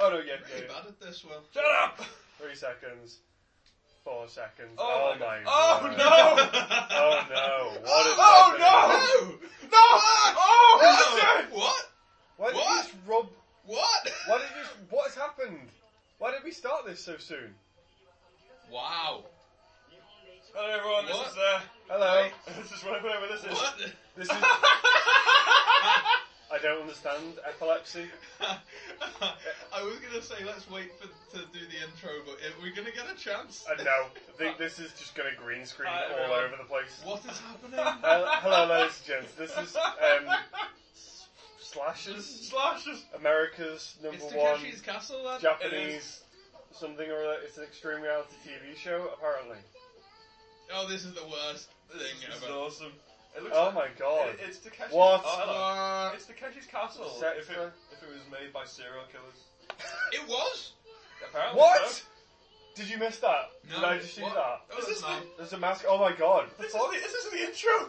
Oh no, yeah, yeah, Really yeah. bad at this, Will. Shut up! Three seconds. Four seconds. Oh Oh, my my. Oh word. no! Oh no! What is Oh, happening? No! No! Oh! No! What? Why did What? you just rob? What? Why did you? just- What has happened? Why did we start this so soon? Wow. Hello everyone, this What? is uh, Hello. this is whatever this is. What? This is. I don't understand epilepsy. I was gonna say let's wait for to do the intro, but if we're gonna get a chance. I know. Th- Uh, this is just going to green screen Hi, all everyone. over the place. What is happening? Hel- hello, ladies and gents. This is um, S- Slashers, Slashes. America's number It's one Takeshi's Castle, lad. It Japanese is. something or other. It's an extreme reality TV show, apparently. Oh, this is the worst thing This is ever. awesome. It looks Oh like, my god! It, it's Takeshi's. What? Oh, hello. Uh, It's Takeshi's Castle. Sex If it, for- if it was made by serial killers. it was. Apparently What? so. Did you miss that? No, Did I just see what? that? Is this That's not- the- There's a mask. Oh my god! This is the, this is the intro.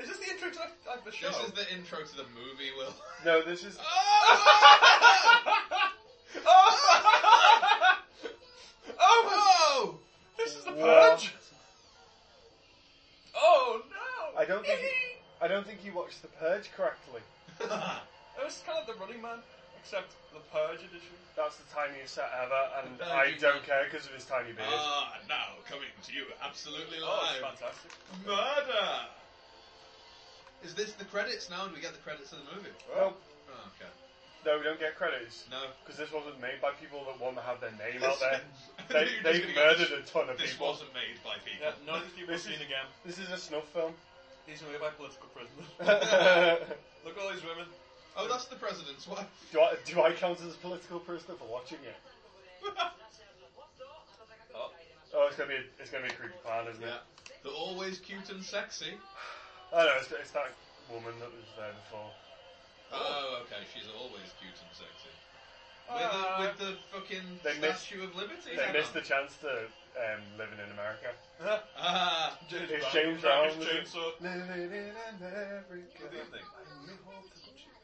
Is this the intro to like, like the show? This is the intro to the movie, Will. No, this is. Oh! oh! oh! Whoa! This is the What? purge. Oh no! I don't think. I don't think you watched The Purge correctly. It was kind of the Running Man, except the Purge edition. That's the tiniest set ever, and The Purge I is don't good. care because of his tiny beard. Ah, now coming to you absolutely Oh, live. it's fantastic. Murder! Is this the credits now? Do we get the credits of the movie? no, Oh, okay. no, we don't get credits. No. Because this wasn't made by people that want to have their name out there. You're They, just they gonna go, murdered a ton of This, this people. wasn't made by people. Yeah, none of these people This seen is- again. This is a snuff film. He's away by political prisoners. do, Look at all these women. Oh, that's the president's wife. I, do I count as a political prisoner for watching it? Oh. Oh, it's gonna be a, it's gonna be a creepy plan, isn't it? Yeah. They're always cute and sexy. I know it's, it's that woman that was there before. Oh, okay. She's always cute and sexy. Uh, With, the, with the fucking They missed- Statue of Liberty. They hang missed the on. chance to um, living in America. Ah. James It's Brown. James Brown. Brown. James Chainsaw. Living in America. Good evening. I only hope to touch you.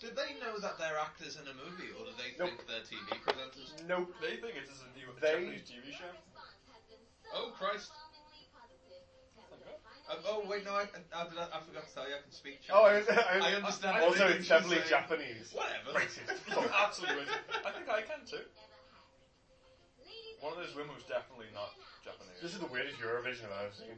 Did they know that they're actors in a movie, or do they Nope. think they're TV presenters? Nope. They think it is a new They- Japanese TV show. Oh Christ! Um, oh wait, no, I, I, did- I forgot to tell you, I can speak Oh, I, Chinese. I understand. Also, everything it's you're definitely saying. Japanese. Whatever. Racist. Fuck. Absolutely. I think I can too. One of those women was definitely not Japanese. This is the weirdest Eurovision I've ever seen.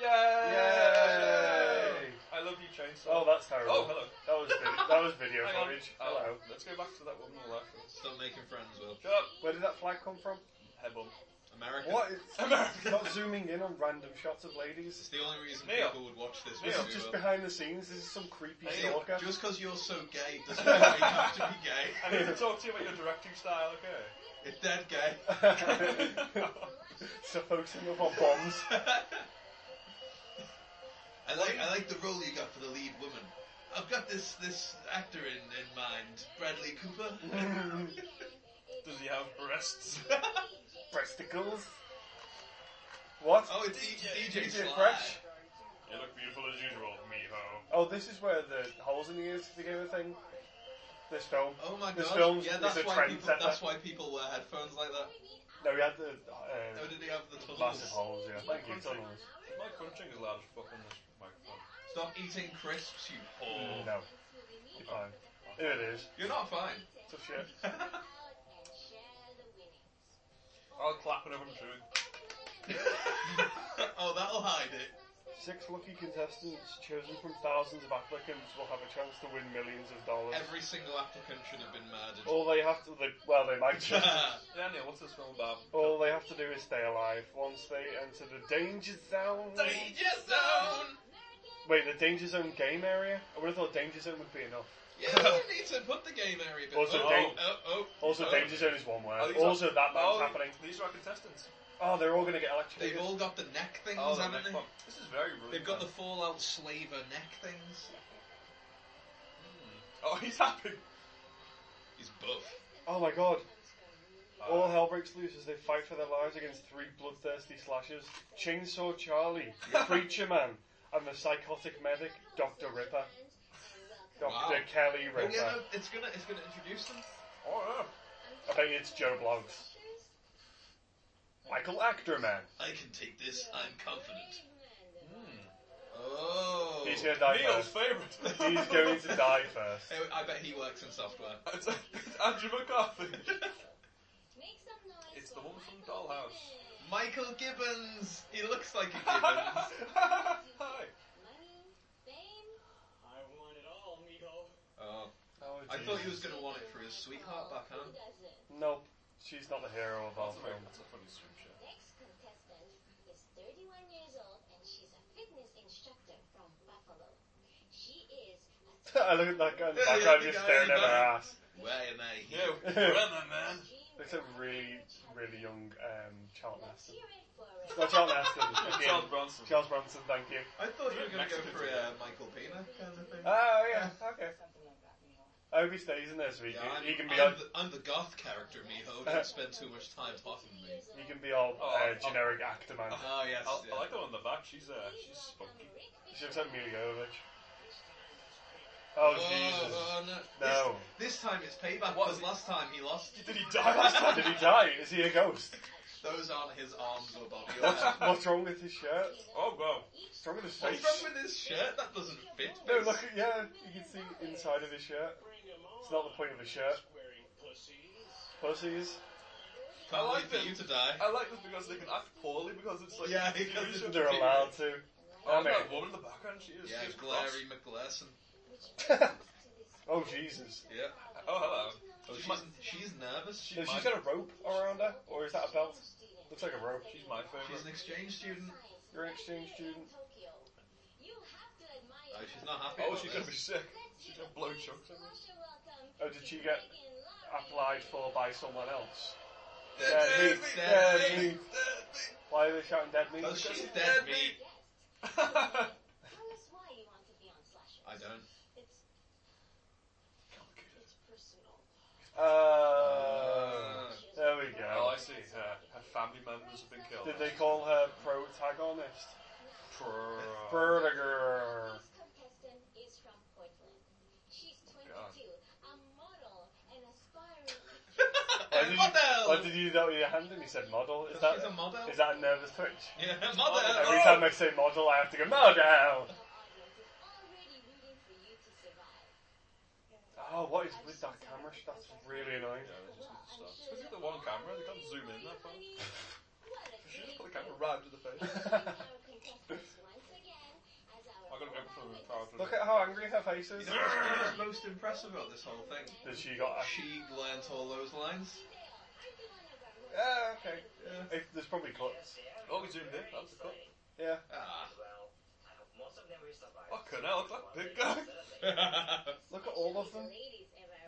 Yay! Yay! I love you, Chainsaw. Oh, that's terrible. Oh, hello. That was vid- that was video Hang on. footage. Oh, Hello. Let's go back to that woman on the left. Stop making friends, Will. Shut up. Where did that flag come from? Headbum. America. What? It's America. not zooming in on random shots of ladies. It's the only reason Neil. people would watch this Neil, This movie. is just Will. behind the scenes. This is some creepy Hey, Neil, stalker. just because you're so gay doesn't mean you have to be gay. I need to talk to you about your directing style, okay? If they're gay. so focusing up on bombs. I like I like the role you got for the lead woman. I've got this this actor in, in mind, Bradley Cooper. Does he have breasts? Breasticles. What? oh, it's DJ, DJ DJ Sly. Fresh. you look beautiful as usual, Miho. Oh, this is where the holes in the ears became a thing. This film. Oh my This god! film's- yeah, is that's a why trend people. setter. That's why people wear headphones like that. No, we had the How uh, did he have Oh, the tunnels? massive holes. Yeah, thank you, tunnels. My crunching is loud as fuck on this microphone. Stop eating crisps, you whore. Mm, No, you're fine. Here it is. You're not fine. Tough shit. I'll clap whenever I'm chewing. oh, that'll hide it. Six lucky contestants chosen from thousands of applicants will have a chance to win millions of dollars. Every single applicant should have been murdered. All they have to, they, well, they might just. Yeah, Neil, what's this film about? All they have to do is stay alive. Once they enter the danger zone. Danger zone. Wait, the danger zone game area? I would have thought danger zone would be enough. Yeah, you need to put the game area. a bit- Also oh, dan- oh, oh, Also, oh. danger zone is one Oh, word. these Also, that man's oh, happening. These are our contestants. Oh, they're all going to get They've electrocuted. all got the neck things, Oh, the haven't next they? one. This is very rude. They've got the man. Fallout slaver neck things. Oh, he's happy. He's buff. Oh my god. All Uh, hell breaks loose as they fight for their lives against three bloodthirsty slashers Chainsaw Charlie, the Preacher Man, and the psychotic medic, Dr. Ripper. Dr. Wow. Kelly Oh, Ritter. yeah, no, it's gonna it's gonna introduce them. Oh, yeah. I bet it's Joe Bloggs. Michael Actorman. I can take this. I'm confident. Mm. Oh. He's gonna die Neil's first. favourite. He's going to die first. Hey, I bet he works in software. It's Andrew McCarthy. It's the woman from Dollhouse. Michael Gibbons. He looks like a Gibbons. Hi. I want it all, Mijo. oh, Oh, I geez. thought he was gonna want it for his sweetheart back home. Nope, she's not the hero of our That's a, film. very- that's a funny swim show. Next contestant is 31 years old and she's a fitness instructor from Buffalo. She is a I look at that guy in the Yeah, background yeah, just yeah, staring yeah, at her yeah. ass. Where am I? Yeah, Brennan, man. Looks like really, really young um, Charlton Let's Heston. hear it for it. Not Charlton Heston. again. Charles Bronson. Charles Bronson, thank you. I thought you were gonna Mexican go for dude. uh, Michael Pena kind of thing. Oh, yeah, okay. Something like that, Mijo. I hope he stays in this week. Yeah, He- I'm, he, can be I'm, on. the, I'm the goth character, Miho. Don't spend too much time talking to me. He can be all Oh, uh, I'll- generic actor man. Oh yes, I, yeah. I like the one in the back. She's uh, she's spunky. She looks like Mila Jovovich. Oh, Jesus. Oh, no. No. This, this time it's payback What? because last time he lost. Did he die last time? Did he die? Is he a ghost? Those aren't his arms or body. or What's, anything. what's wrong with his shirt? Oh wow. What's wrong with his What's face? wrong with his shirt? That doesn't fit. No, look, yeah, you can see inside of his shirt. Bring 'em on. It's not the point of a shirt. Squaring pussies. Pussies. Can't I like wait for them. you to die. I like this because they can act poorly because it's like Yeah, it's because usual. They're allowed to. Oh, Oh, and man. that woman in the background, she is. Yeah, she is cross. Glary McGlasson. Oh, Jesus. Yeah. Oh hello. Oh, She's she's, my, she's nervous. She No, she's might- got a rope around her, or is that a belt? Looks like a rope. she's my she's an favourite. exchange student. You're an exchange student. Oh, she's not happy. Oh, about she's gonna be this. sick. She's gonna blow chunks. out of her. Oh, did she get applied for by someone else? Dead Yeah, meat, me- dead yeah, meat. me. Why are they shouting dead meat? Oh, she's dead meat. Tell us why you want to be on Slasher. I don't. It's, it's personal. Uh, there we Oh, go. I see. Uh, Her, her family members have been killed. Did they call her protagonist? Bruh. Vertiger. This contestant is from Portland. She's 22, God. a model, an aspiring. Why did Hey, model! Why did you do that with your hand and you said model? Is that She's a model. is that a nervous twitch? Yeah, model. Every Oh. time I say model, I have to go model. Our audience is already rooting for you to survive. Oh, what is with that camera? sh- That's really annoying. Yeah, they just need to stop. Especially the one camera, they can't zoom in that far. Honey, what a She just treat. put the camera right to the face. Our contestants once again as our I'm gonna go for the power to Look at how angry her face You is. know what's most impressive about this whole thing? That she got. A, She learnt all those lines. yeah, okay. Yeah. If, there's probably cuts. Oh, we zoomed in. That was cool. Yeah. Ah. Fucking hell, look at that big guy. Look at all of them.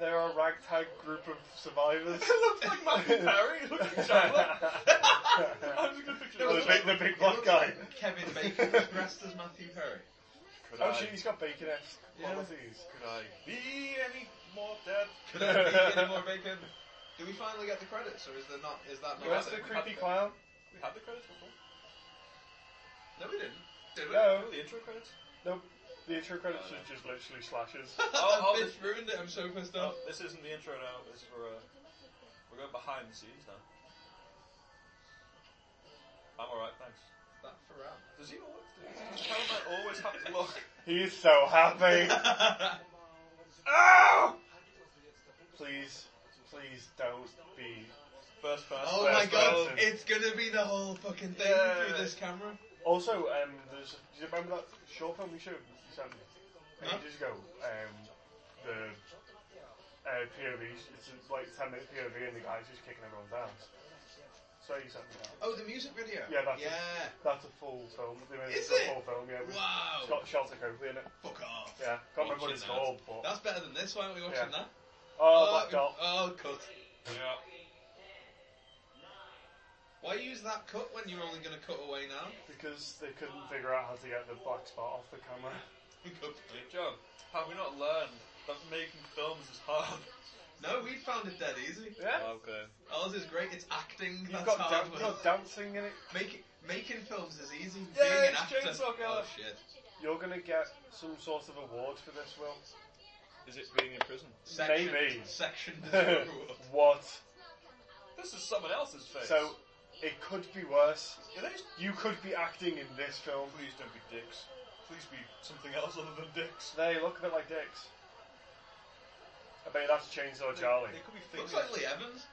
They're a ragtag group of survivors. It looks like Matthew Perry. It looks like Chandler. I'm just gonna picture the this. big, the big black Looks guy. like Kevin Bacon was dressed as Matthew Perry. Could Oh I- shit, he's got bacon ass Yeah. qualities. Could I be any more dead? Could I be any more bacon? Do we finally get the credits, or is there not? Is that not? Where's the it? creepy clown? We had the credits before. No, we didn't. Did we? No, Oh, the intro credits. the intro credits are just literally slashes. Oh, oh, Bitch ruined it. I'm so pissed No, off. Oh, this isn't the intro now. This is for uh, we're going behind the scenes now. I'm all right, thanks. That for Does he always? Does Caroline always have to look? He's so happy. Ow! Please, please don't be. First person. Oh my First god! person. It's gonna be the whole fucking thing Yeah. through this camera. Also, um, there's. Do you remember that short film we showed you sent me Huh? ages ago? Um, the uh, POVs. It's a, like ten minute POV, and the guy's just kicking everyone's ass. So you sent me that. Oh, the music video. Yeah, that's it. Yeah. That's a full film. They made Is it a it? full film. Yeah, with- it's Wow. got Shelter Copley in it. Fuck off. Yeah, can't remember what it's Watching that. called, but That's better than this. Why aren't we watching Yeah. that? oh, Black Dot. oh, cut. Yeah. Why use that cut when you're only going to cut away now? Because they couldn't figure out how to get the black spot off the camera. John, have we not learned that making films is hard? no, we found it dead easy. Yeah. okay. Ours is great. It's acting. You've That's got, hard. dan- work. you've got dancing in it. Making making films is easy. Yeah, Being an it's actor. Chainsaw Oh Killer. shit. You're gonna get some sort of award for this, Will. Is it being in prison? Section, Maybe. Section two. what? This is someone else's face. So it could be worse. It is. You could be acting in this film. Please don't be dicks. Please be something else other than dicks. They look a bit like dicks. I bet that's Chainsaw Charlie. They, they could be Looks fingers. like Lee Evans.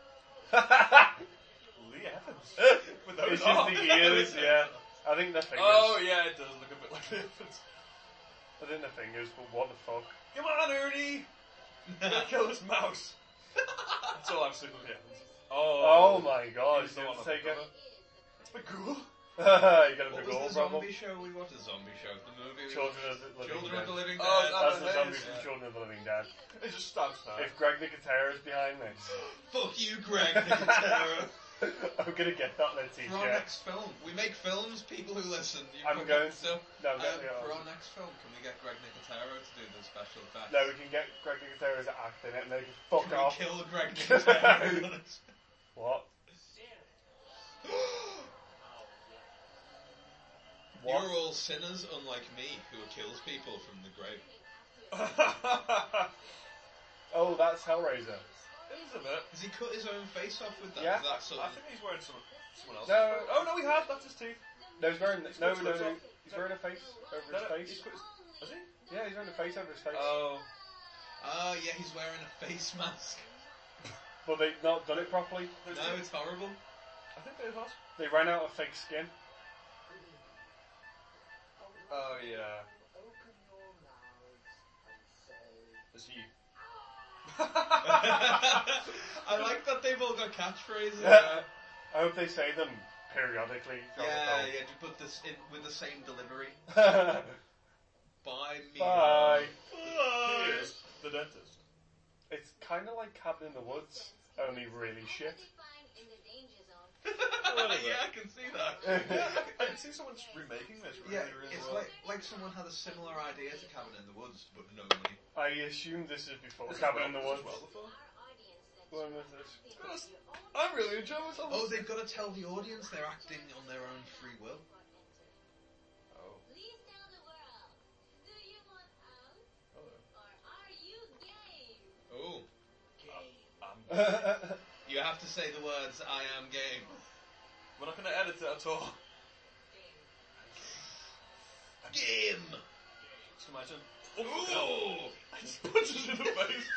Lee Evans. With those it's just arms. the ears, yeah. I think they're fingers. Oh yeah, it does look a bit like Lee Evans. I think they're fingers, but what the fuck? Come on, Ernie! Don't kill this mouse. That's all I'm seeing with Lee Evans. Oh, Oh, my god, He's you the have one to on take the it. cover. It's McGool. you got a What big was the old problem. zombie show? We watched a zombie show. The movie. Children of the Living Children of Dead. the Living Dead. Oh, That's Dead. the zombie Yeah. from Children of the Living Dead. It just stabs her. If Greg the Guitar is behind this, Fuck you, Greg. Nicotero. I'm gonna get that on a For our t-shirt. next film, we make films. People who listen, you I'm going- fucking So, No, um, get the for our next film, can we get Greg Nicotero to do the special effects? No, we can get Greg the Guitar as an actor in it and they can fuck Can we off. kill Greg Nicotero? What? What? You're all sinners, unlike me, who kills people from the grave. it Oh, that's Hellraiser. is a bit. Has he cut his own face off with that? Yeah. Is that sort I of- think he's wearing some, someone else's. No. face. Oh no, he has. That's his teeth. No, he's wearing He's no, got no, his no, face off. he's wearing a face over No, his no, he's face. put his- Is he? Yeah, he's wearing a face over his face. Oh. Oh yeah, he's wearing a face mask. But they've not done it properly. No, No, it's horrible. I think it has. They ran out of fake skin. Oh yeah. Is he? I like that they've all got catchphrases. Yeah. I hope they say them periodically. yeah, throughout yeah. Just put this in with the same delivery. the film. By me. Bye. he is the dentist. It's kind of like Cabin in the Woods, only really shit. yeah, I can see that. Yeah, I can- I can see someone's remaking this really, Yeah, really it's well. like like someone had a similar idea to Cabin in the Woods, but no money. I assume this is before This is Cabin well- in the Woods. this is well before. When was this? I'm really enjoying myself. Oh, they've got to tell the audience they're acting on their own free will. Oh, hello. Oh, I'm- you have to say the words "I am game." we're not going to edit it at all. Game. Just imagine. Oh, Ooh. I just punched it in the face.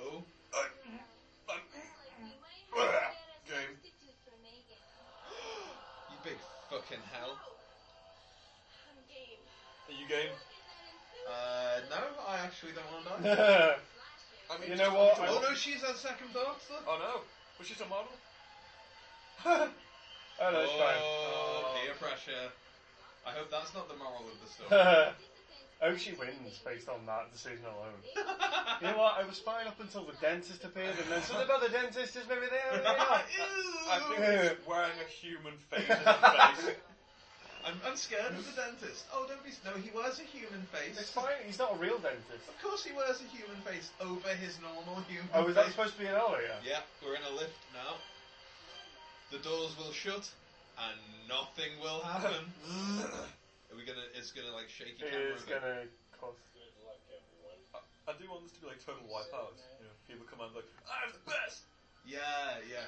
Oh, Game. you big fucking hell. Are you game? Uh, no, I actually don't want to die. I I mean, You know what? oh no, she's had second thoughts. Look. Oh no. Was she a model? don't know, Oh, it's Oh, Oh. peer pressure. I hope that's not the moral of the story. fine. I hope Oh, she wins based on that decision alone. You know what? I was fine up until the dentist appeared, and then something about the dentist is maybe there. maybe not. I think it's wearing a human face in the face. I'm, I'm scared of the dentist. Oh, don't be. s- No, he wears a human face. It's fine. He's not a real dentist. Of course, he wears a human face over his normal human Oh, is that face. supposed to be an elevator? Yeah, we're in a lift now. The doors will shut, and nothing will happen. Are we gonna? It's gonna like shake your camera. It's a bit. gonna cost. I do want this to be like total wipeout. You know, people come out and be like, I'm the best! Yeah, yeah.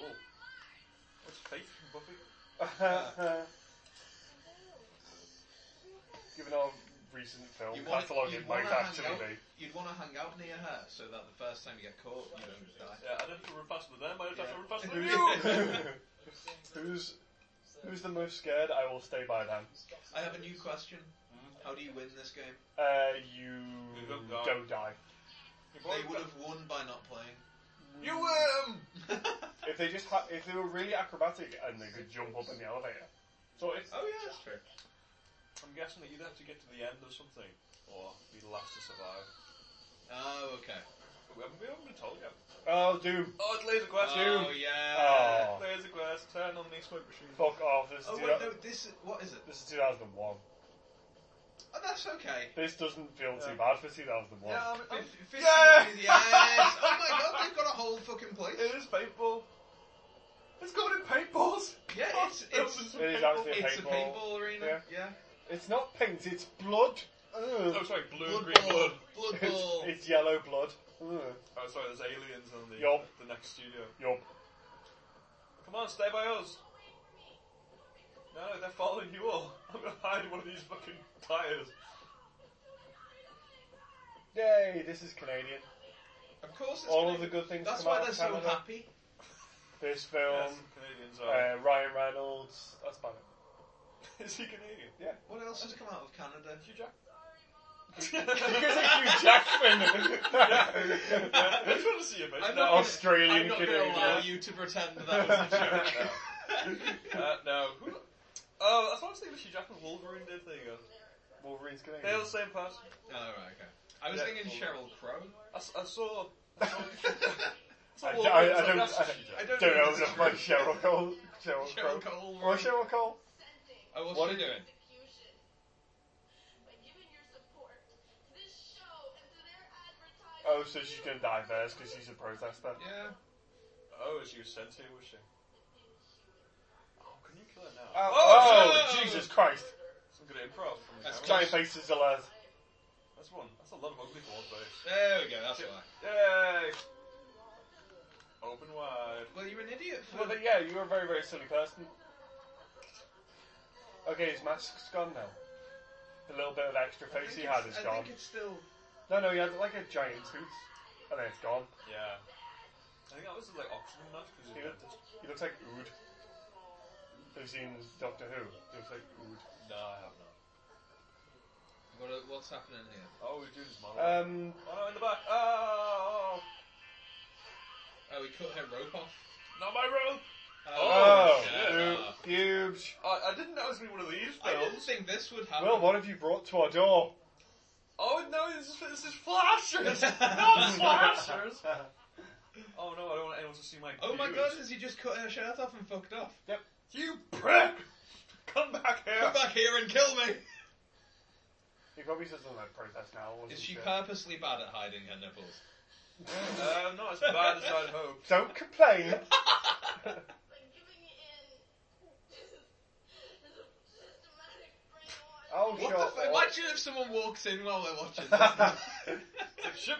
Oh. What's your face from Buffy? Given our recent film You wanna- catalogue, you it might wanna actually hang out- be. You'd want to hang out near her so that the first time you get caught, you don't die. Yeah, I don't have to run faster than them, I just have to run faster than you! Yeah. who's who's the most scared? I will stay by them. I have a new question. How do you win this game? Uh, you You don't die. don't die. They uh, would have won by not playing. Oh, You win! If they just ha- if they were really acrobatic and they could jump up in the elevator. So if oh yeah, that's true. I'm guessing that you'd have to get to the end or something, or be the last to survive. Oh okay. We haven't, we haven't been told yet. oh do Oh, it's laser quest! Oh yeah. Oh. Laser quest, turn on the smoke machine. fuck off. This is, Oh two- wait, no. This is what is it? this is 2001. Oh, that's okay. This doesn't feel Yeah. too bad for 2001. Yeah, I'm, I'm, Fif- fifty Yeah. years, yes. Oh my god, they've got a whole fucking place. it is paintball. It's covered in paintballs! Yeah, it's it's It is actually a it's a paintball. paintball arena. Yeah. It's not paint. It's blood. Oh, sorry, blue and Blood Bowl. green blood. Blood It's, Bowl. it's yellow blood. Oh, sorry, there's aliens in the, Yup. the next studio. Yup. Come on, stay by us. No, they're following you all. I'm gonna hide in one of these fucking tires. Yay, this is Canadian. Of course it's All gonna- of the good things That's come why out they're of so Canada. happy. This film, Yes, Canadians are. uh, Ryan Reynolds. That's about it. Is he Canadian? What else has come out of Canada? Hugh Jack. Because of Hugh Jackman. I just want to see him. I'm No, not Australian I'm not going to Canadian. allow you to pretend that was a joke. uh, no. Who- Oh, that's what I was thinking of Hugh Jackman Wolverine did thing. Wolverine's Canadian. They're the same person. All right, okay. I was Yeah. thinking Cheryl Crow. I, s- I saw. I, saw I, Wolverine, I so don't, that's I, Hugh Jackman. I don't don't know know if enough it's about true. Cheryl Cole. Cheryl, Cheryl Cole. Cole. Or Cheryl Cole. Oh, what's What she is- doing? Oh, so she's going to die first because she's a protester. Yeah. Oh, she was sent here, was she? Oh, can you kill her now? Oh, Oh! oh, Jesus Christ. Some good improv from That's Cameron. Giant faces alert. That's one. That's a lot of ugly for one face. There we go. That's why. Yay! Open wide. Well, you're an idiot. For... Well, but yeah, you're a very, very silly person. Okay, his mask's gone now. The little bit of extra I face he think had it's- is I gone. think it's still. No, no, he had like a giant tooth, and then it's gone. Yeah. I think that was his, like oxygen mask because He, he look, dentist. he looks like Ood. Have you seen Doctor Who? He looks like Ood. No, I have not. What, are- what's happening here? Oh, we do this monologue. Um, oh no, in the back. Oh, Oh, we cut her rope off. not my rope. oh, shut hu- up. huge. I, I didn't know it was gonna be one of these I didn't films. think this would happen. Well, what have you brought to our door? Oh no, this is, this is flashers. Oh not flashers. Oh no, I don't want anyone to see my. oh my views. god, has he just cut her shirt off and fucked off? You prick! Come back here. Come back here and kill me! He probably says something like protest now. or Is some she shit. purposely bad at hiding her nipples? Uh, not as bad as I'd hoped. Don't complain. Oh, What sure. the f- Imagine if someone walks in while they're watching this. Ship,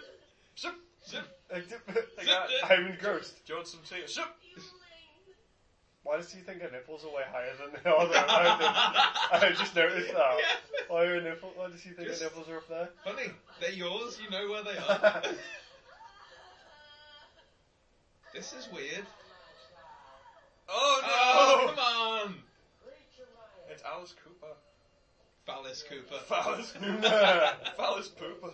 ship, ship. Take I'm that. engrossed. Do you want some tea? Ship. Why does he think her nipples are way higher than they are? Though? I, didn't- I just noticed that. Why are her nipple? Why does he think Just- her nipples are up there? Funny, they're yours, you know where they are. this is weird. Oh no! Oh, come on! It's Alice Cooper. Phallus Cooper. Phallus Phallus Pooper.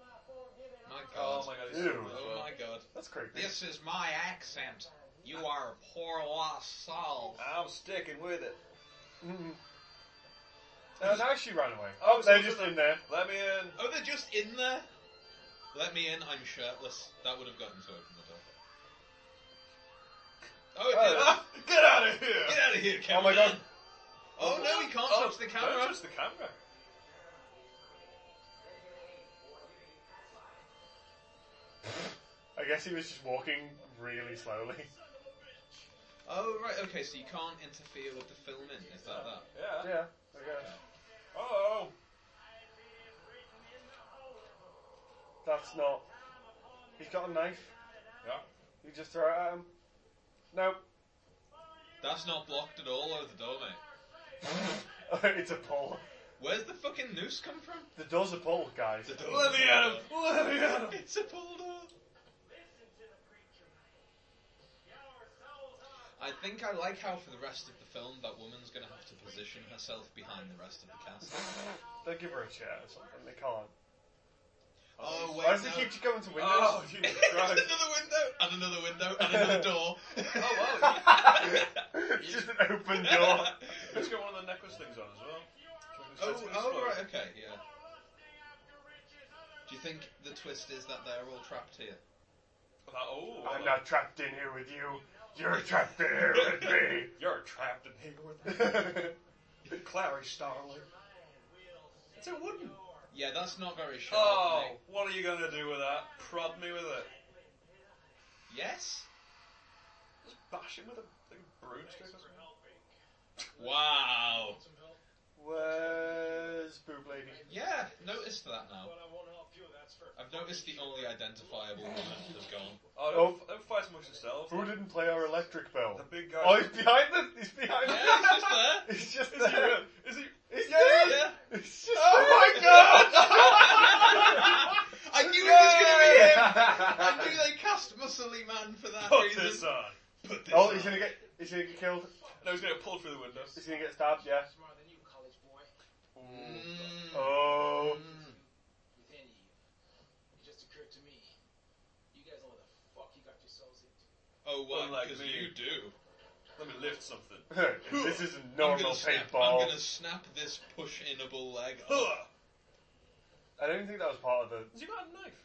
My Oh god. my god, he's Ew. so good. Oh my god. That's creepy. This is my accent. You are a poor lost soul. I'm sticking with it. Mm. No, now she ran away. Oh, Oh, so they're it's just in in there. Let me in. Oh, they're just in there? Let me in, I'm shirtless. That would have gotten to open the door. Oh, it Oh, did. that's- Get out of here! Get out of here, camera. Oh my god. Oh no, he can't Oh, touch the camera. Don't touch the camera. I guess he was just walking really slowly. Oh right, okay, so you can't interfere with the filming, is that that? Yeah. Yeah, I guess. Oh. That's not. He's got a knife. Yeah. You just throw it at him. Nope. That's not blocked at all over the door, mate. it's a pole. Where's the fucking noose come from? The door's a pole, guys. The door. Let me at him. Let me at him. It's a pull door. I think I like how for the rest of the film that woman's gonna have to position herself behind the rest of the cast. They give her a chair or something. They can't. Oh wait, Why does no. it keep you going to windows? Oh, Jesus There's Christ. another window and another window and another door. Oh wow. it's just an open door. Let's get one of the necklace things on as well. Oh, Let's oh explode. right, okay, yeah. Do you think the twist is that they're all trapped here? Like, oh, I'm like, not trapped in here with you. You're trapped in here with me. You're trapped in here with me. Clary Starling. It's a wooden. Yeah, that's not very sharp. Oh, Nick. what are you gonna do with that? Prod me with it. Yes? Bash him with a think broomstick Thanks or for something. helping. Wow. Need some help? Where's Boob Lady? Yeah, noticed that now. But I won't help you, that's for I've noticed the only identifiable woman has gone. Oh, don't, don't fight amongst yourselves. Who didn't play our electric bell? The big Oh, guy. he's behind us! He's behind Yeah, us! he's just there. He's just Is he there! real? He's there! Yeah. Is he? It's just, oh my god! I knew it was gonna be him. gonna I knew they cast Muscly Man for that Put reason. this on. Put this Oh, he's on. gonna get, he's gonna get killed. No, he's gonna get pulled through the window. He's gonna get stabbed, yeah. smarter than you, college boy. Mm. Oh. Mm. Within you. It just occurred to me. You guys know what the fuck you got yourselves into. Oh, what? Unlike Because me. you do. Let me lift something. this is a I'm normal gonna snap. paintball. I'm gonna snap this push-inable leg. off. Huh. I don't think that was part of the. Has he got a knife?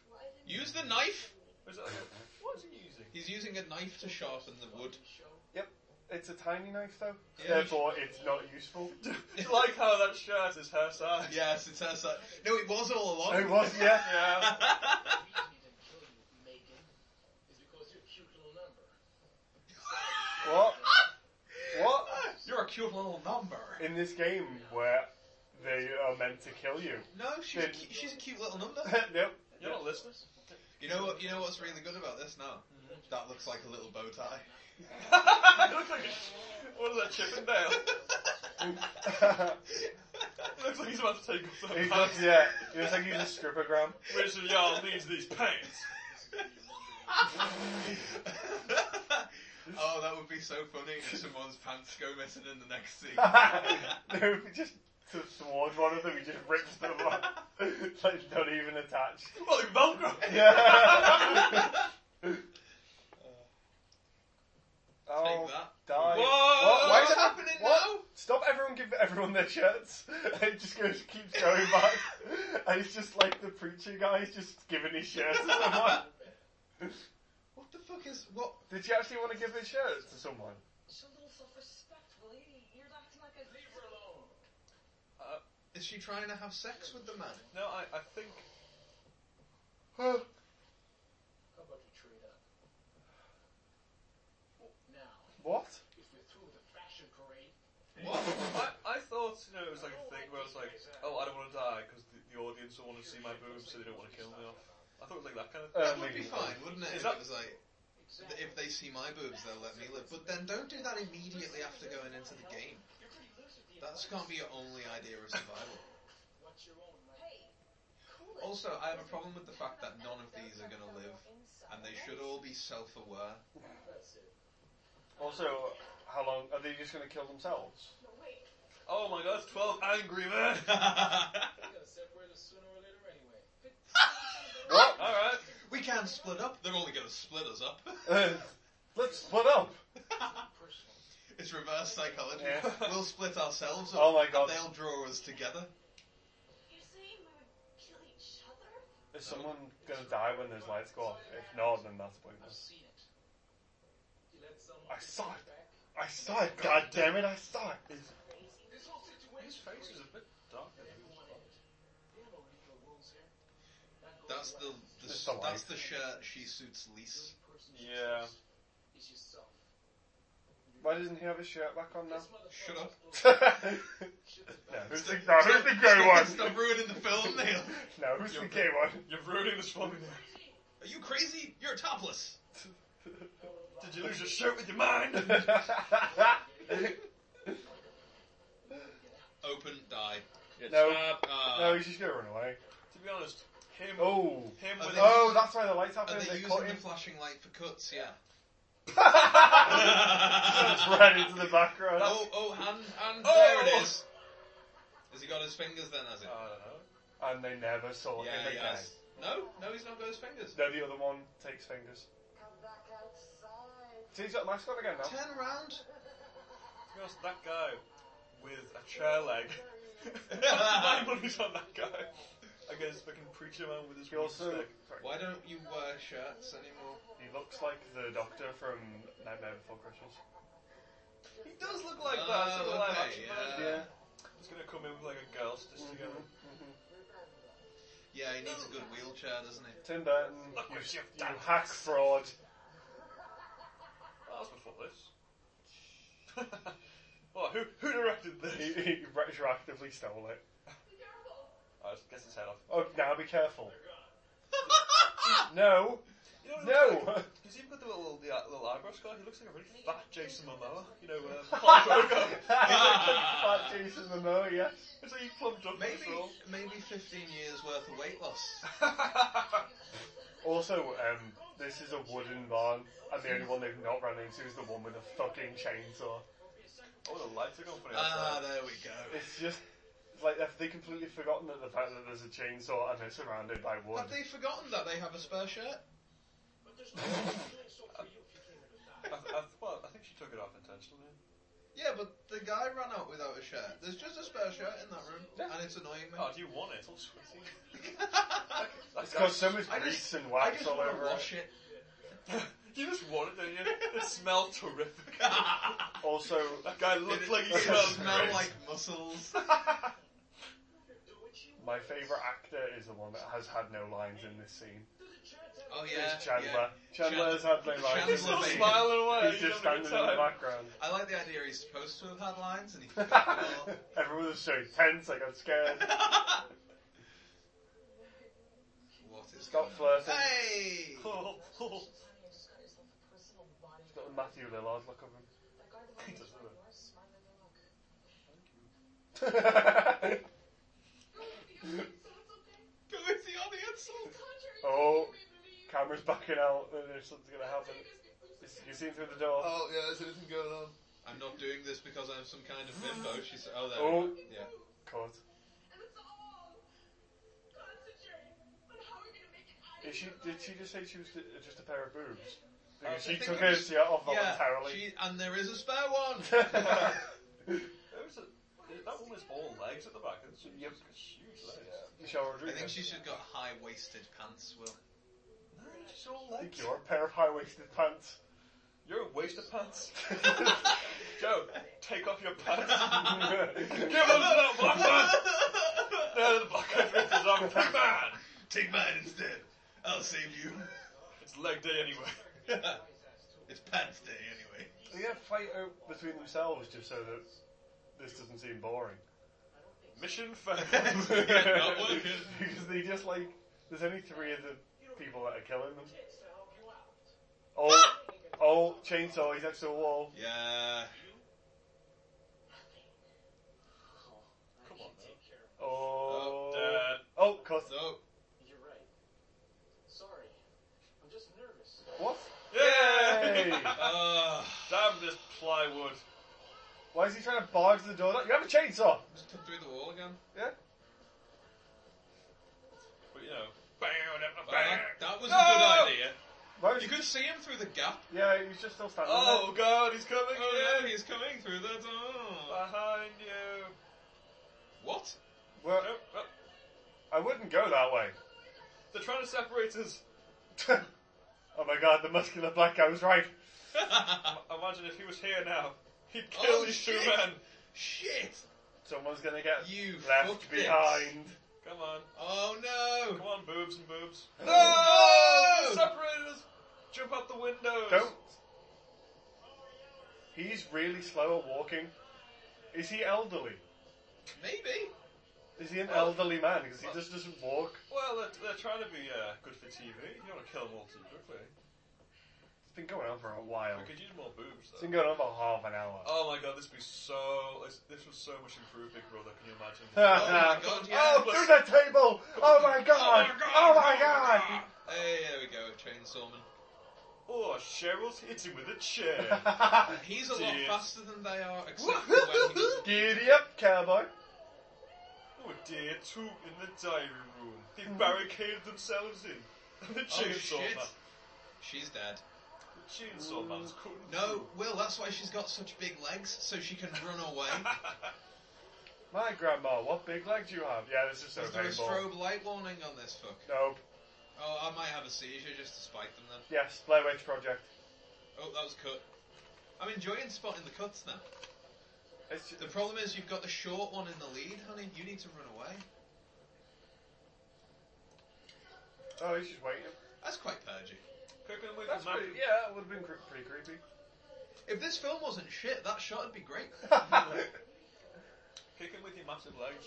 Use the knife. Or is that like a- what is he using? He's using a knife to sharpen the wood. It's a tiny knife though, Yeah. therefore it's not useful. I like how that shirt is her size. Yes, it's us. uh, No, it was all along. it was, yeah. Yeah. The reason he didn't kill you, Megan, is because you're a cute little number. What? What? You're a cute little number. In this game where they are meant to kill you. No, she's a, cu- she's a cute little number. nope. You're not listening. You know what? You know what's really good about this now. That looks like a little bow tie. it looks like a, what is that, Chippendale? It looks like he's about to take off he some looks, pants. yeah. He looks like he's a strippogram. Which of y'all needs these pants? oh, that would be so funny if someone's pants go missing in the next scene. no, he just to towards one of them, he just rips them off. like, not even attached. Well, like Velcro. Yeah. oh, Take that. die. Whoa! What? Why is What's it happening What? Stop everyone give everyone their shirts. And it just goes keeps going back. And it's just like the preacher guy is just giving his shirt to someone. now? what the fuck is what? Did you actually want to give his shirt to someone? Show a little self-respect, will you? You're acting like a Leave her alone. Is she trying to have sex with the man? No, I, I think Huh. How about you trade up? Now, What? if we're through with the fashion parade, What? I, I thought you know it was like a thing where I was like, oh, I don't want to die because the, the audience will want to see my boobs, so they don't want to kill me off. I thought it was like that kind of thing. That Um, would be fine, wouldn't it? If Is that- it was like, th- if they see my boobs, they'll let me live. But then don't do that immediately after going into the game. you're pretty loose with the That can't be your only idea of survival. What's your own, right? Hey, cool it. Also, I have a problem with the fact that none of these are going to live, and they should all be self-aware. That's it. Also, how long are they just going to kill themselves? No, wait. Oh my god, it's twelve angry men. They're gonna separate us sooner or later anyway. What? All right, we can split up. They're only going to split us up. Uh, let's split up. Personal. it's reverse psychology. Yeah. We'll split ourselves up. Oh my and god. they'll draw us together. You're saying we would kill each other? Is someone going to die when those lights go off? If not, then that's I've pointless. seen it. You let someone I saw take it. back. I saw it. God damn it! I saw it. Crazy. This whole his situation face is a bit dark. that everyone in it. They have no legal rules here. Not going That's the, away. the Just the that's life. the shirt she suits least. only person you Yeah. trust Is yourself. Why doesn't he have his shirt back on This motherfucker's Shut up. little now? shit's about No, who's the, no, who's the gay Stop- one? Stop ruining the film, Neil. No, who's the gay one? You're ruining this for me. now. Are you crazy? You're topless. Did you lose your shirt with your mind? Open, die. No. Stab, ah. no, he's just gonna run away. to be honest, him, Oh. him I with think- Oh, that's why the lights happen. Are they They using caught the him flashing light for cuts? Yeah. right into the background. oh, oh, hand, hand. Oh! There it is. Has he got his fingers then? Has he? I don't And they never saw yeah, him he again. has. No, no, he's not got his fingers. No, the other one takes fingers. Come back outside. See, he's got a mask on again now. Turn around. know. To be honest, that guy with a chair leg. My money's on that guy. Against fucking preacher man with his He weed also stick. sorry, Why don't you wear shirts anymore? he looks like the Doctor from Nightmare Before Christmas. He does look like Oh, that. so live okay, action man. Yeah. Mm-hmm. He's gonna come in with like a girl stitched together. Yeah, he needs a good wheelchair, doesn't he? Tim Burton, Look you, what you've you done. hack fraud. That was before this. Who, who directed He, he this? retroactively stole it. Be careful. I just guess his head off. Oh, now be careful. No, no. Because even got the little, the uh, little eyebrow scar, he looks like a really fat Jason Momoa. You know, um, Hulk Hogan. Fat Jason Momoa, yeah. It's like he plumped up Maybe, as well. maybe 15 years worth of weight loss. Also, um, this is a wooden barn, and the only one they've not run into is the one with a fucking chainsaw. Oh, the lights are going funny Ah, outside. there we go. It's just it's like have they completely forgotten that the fact that there's a chainsaw and they're surrounded by wood? Have they forgotten that they have a spare shirt? But there's no doing so for you if you came here to die. I, th- I, th- well, I think she took it off intentionally. Yeah, but the guy ran out without a shirt. There's just a spare shirt in that room, and it's annoying me. Oh, do you want it? It's all sweaty. Oh. That's It's got so much I grease just- and I wax just all wanna over it. wash it. you just want it, don't you? It smelled terrific. Also, that guy looked It- like he it smelled smell great. like muscles. Do what you my favourite actor is the one that has had no lines in this scene. do the chance of Oh yeah, it's Chandler. Chandler's had no lines. He's He's Chandler still Bing. smiling away. just, He's having a standing in good the time. background. yeah. I like the idea he's supposed to have had lines, and he. well, Everyone was so tense, I got scared. what is Stop going on? flirting. Hey! Oh, oh. Society has got itself a personal body. He's got the Matthew Lillard look That guy that He was doesn't know. you are smarter than look. on him. Go with the audience, Oh, so it's okay. Go with the audience. Contrary to Oh. what we believe, Camera's backing out, and there's something gonna happen. it is conclusive. It's- You see him through the door. Oh yeah, there's anything going on? I'm not doing this because I'm some kind of bimbo. She said, "Oh, there." we Oh. go. Yeah. Caught. And it's all concentrated on how we're gonna make it out of Is she, here did alive. she just say she was ju- just a pair of boobs? Because I she think took it her was- shirt off Yeah, voluntarily. she, and there is a spare one. There was a, that woman's all legs at the back, isn't she? Yep. She's got huge legs. Michelle I Rodriguez. think she's just got high-waisted pants. Will No, she's all I think legs. you're a pair of high-waisted pants. You're a waste of pants. Joe, take off your pants. Give Give us that one No, the bucket rips is on. Come on! take mine instead. I'll save you. It's leg day anyway. it's pants day anyway. They had a fight out between themselves just so that this doesn't seem boring. Mission failed. Yeah, not working. because they just like, there's only three of the people that are killing them. Chance to help you out. Oh, oh, chainsaw, he's next to a wall. Yeah. Come on, Take care of Oh, Dad. oh, cut. So You're right. Sorry. I'm just nervous. What? Yay! Hey! uh, Damn this plywood. Why is he trying to barge the door? You have a chainsaw! just took through the wall again. But you know. Bam, bam, Wow, bam. that was No! a good idea. Why is You he- could see him through the gap. Yeah, he's just still standing Oh god, he's coming Oh no, in. he's coming through the door. Behind you. What? there. Well, Nope. Oh, I wouldn't go that way. they're trying to separate us. oh my god, the muscular black guy was right. Imagine if he was here now. He'd kill Oh, these shit. two men. Shit! Someone's gonna get You left fucked it. behind. Come on. Oh no! Oh, Come on, boobs and boobs. No! They separated us. Jump out the windows. Don't. He's really slow at walking. Is he elderly? Maybe. Oh, Is he an elderly man? Because he just doesn't walk. Well, they're, they're trying to be uh, good for TV. You don't want to kill them all too quickly. It's been going on for a while. We could use more boobs, It's though. been going on for half an hour. Oh my god, this would be so. This, this was so much improved, Big Brother. Can you imagine? Oh my god, yeah. Oh, through the table! Oh my god! Oh my god! Hey, there we go, Chainsawman. Oh, Cheryl's hitting with a chair. He's a lot Dear. faster than they are, except for when he doesn't. Giddy up, cowboy! oh dear, two in the diary room. They barricaded themselves in. And the Oh chainsaw shit! man. She's dead. The chainsaw man's cutting. No, Will, that's why she's got such big legs, so she can run away. My grandma, what big legs you have? Yeah, this is so Is there a painful. strobe light warning on this fuck? Nope. Oh, I might have a seizure just to spike them then. Yes, Blair Witch Project. Oh, that was cut. I'm enjoying spotting the cuts now. It's ju- The problem is you've got the short one in the lead, honey. You need to run away. oh, he's just waiting. That's quite pudgy. Quick and move That's the map. pretty, yeah, that would have been cre- pretty creepy. If this film wasn't shit, that shot would be great. Kick him with your massive legs.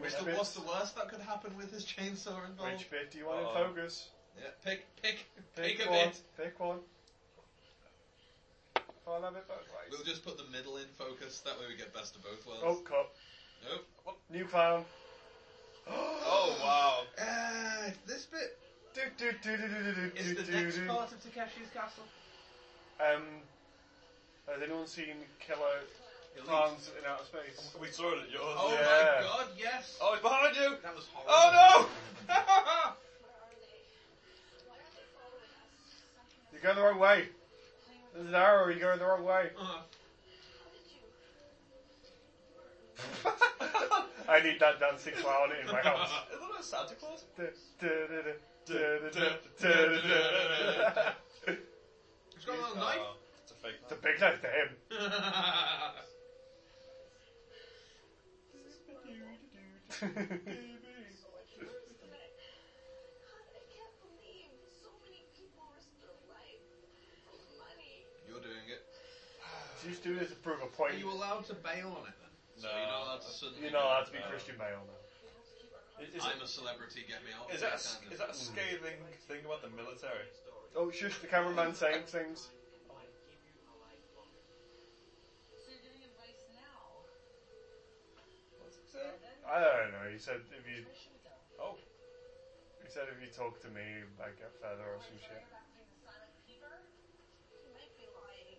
Which the, what's the worst that could happen with his chainsaw involved? Which bit do you want Oh. in focus? Yeah, pick, pick, pick, a one. bit. Pick one. Oh, that bit both ways. We'll just put the middle in focus. That way we get best of both worlds. Oh, cut. Nope. New clown. Oh wow. Uh, this bit Do, do, do, do, do, do, is do, the do, next do. part of Takeshi's Castle. Um, has anyone seen Killer Elite. Clowns in Outer Space? We saw it at yours. Oh Yeah. my god, yes. Oh, it's behind you! That was horrible. Uh-huh. Oh no! You're going the wrong way. There's an arrow, you're going the wrong way. Uh, I need that dancing clown in my house. Isn't that a Santa Claus? Du- du- du- du- du- du- du- du- du- du- du. it's got a little Oh, it's a fake. It's a big knife to him. knife. I can't believe so many people risk their life for money. You're doing it. Just do this to prove a Are point. you allowed to bail on it then? So No. you're not allowed to suddenly. You're not allowed to be No. Christian Bale now. Is, is, I'm a celebrity. Get me out. it, Hmm. of is, that here, a, s- kind is of. that a scathing thing about the military? Oh, shush, the cameraman saying things. So you're giving advice now? What's it say? I don't know, he said if you Where should we go? Oh, he said if you talk to me I get further or some shit. about playing the silent fever? He might be lying.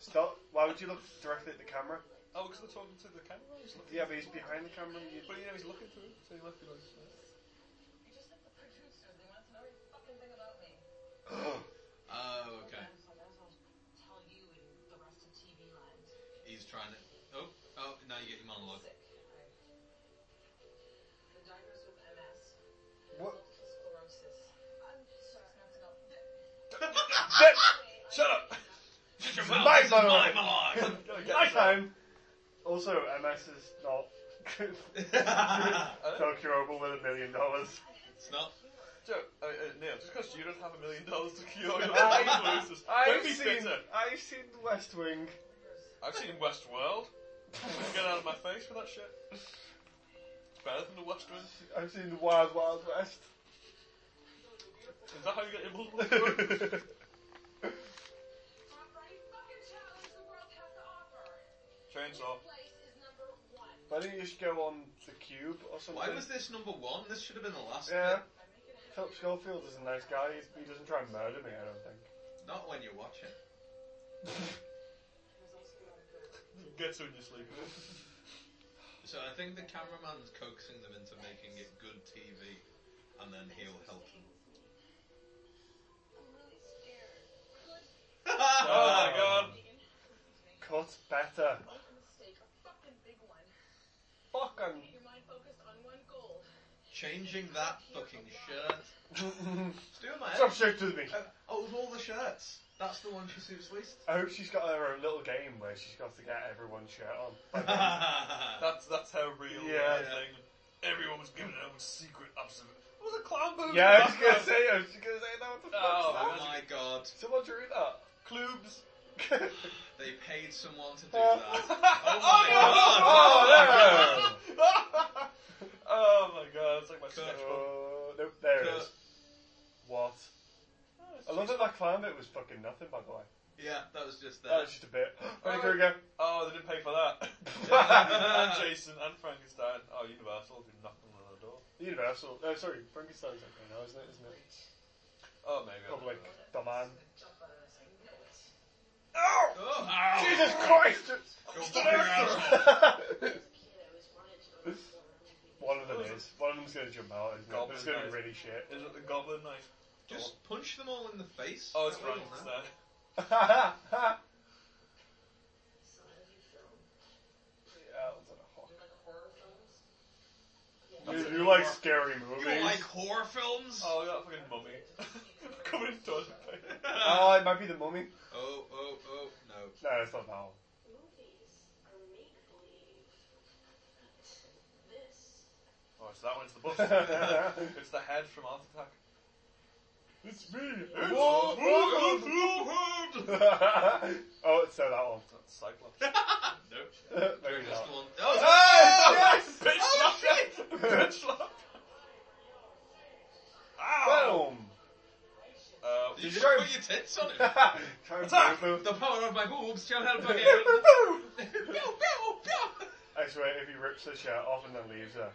Stop why would you look directly at the camera? oh, because they're talking to the camera. He's looking. Yeah, but he's behind the camera and you But you know he's looking through, so he must be like. You just hit the producers. They want to know every fucking thing about me. Oh, okay. I was like, I was going to tell you and the rest of TV land. He's trying to. Oh, oh! Now you get your monologue. Sick. Right. The diagnosed with MS. What Multiple sclerosis. I'm sorry. Six months ago. shit Shut up! Shut your It's mouth, my this is my monologue. monologue. my time. Also MS is not so curable with a million dollars. it's not. Joe, uh, uh, Neil, just because you don't have a million dollars to cure your I- losers, don't be bitter. I've seen West Wing. I've seen Westworld. Get out of my face with that shit. It's better than the Westworld. I've seen the Wild Wild West. Is that how you get your multiple? Every fucking challenge the world has to offer. Chainsaw. Place is number one. Why don't you just go on the cube or something? Why was this number one? This should have been the last. yeah. bit. Philip Schofield is a nice guy. He, he doesn't try and murder me, I don't think. Not when you're watching. Get to in your sleep. So I think the cameraman's coaxing them into making it good TV, and then he'll help them. I'm really scared. Oh my god. Cut Um, better. Make a mistake, a fucking big one. Fucking. Get your mind focused on one goal. Changing that fucking shirt. It's doing my Stop shit head. with me. Uh, Out of all the shirts, that's the one she suits least. I hope she's got her own little game where she's got to get everyone's shirt on. Oh That's that's how real Yeah. the thing. Everyone was given their own secret absolute. It was a clown movie. yeah, I was gonna say, I was gonna say that. What the fuck's Oh, oh that? my god. Someone drew that. Clubs. They paid someone to do that. Oh my oh, god! oh my god, it's like my no! sketchbook. Oh, nope, there it Cut. is. What? Oh, I love that that clown bit was fucking nothing, by the way. Yeah, that was just That that. was just a bit. Freddy Krueger. Oh, they didn't pay for that. Yeah. and Jason and Frankenstein. Oh, Universal have been knocking on the door. Universal. No, sorry, Frankenstein's okay now, isn't it? Isn't it? Oh, maybe. I don't Public know. domain. Jump on us, I know it. Oh! Oh, ow. Jesus Christ! Go fuck your asshole. One of them is. One of them's gonna jump out, isn't it? Goblin It's gonna be knife. really shit. Is it the Goblin Knife? Just punch them all in the face. Oh, it's That would've done Frankenstein. yeah, you, you like scary that. movies. You like horror films? Oh, that fucking mummy. Covered in toilet paper. oh, it might be the mummy. Oh, oh, oh, no. No, it's not that one. Oh, so that one's the bus. it's the head from Art Attack. It's me. Whoa, whoa, It's oh, it's so that one. That's Cyclops. Nope. Maybe Just not. the one. Oh, it's- yes! Bitch Oh, slap! Bitch slap! Ow! Boom. Uh, You did you just go? put your tits on him. Trying to Attack! move them. the power of my boobs shall help again. Pew, pew, pew. I swear, if he rips the shirt off and then leaves her.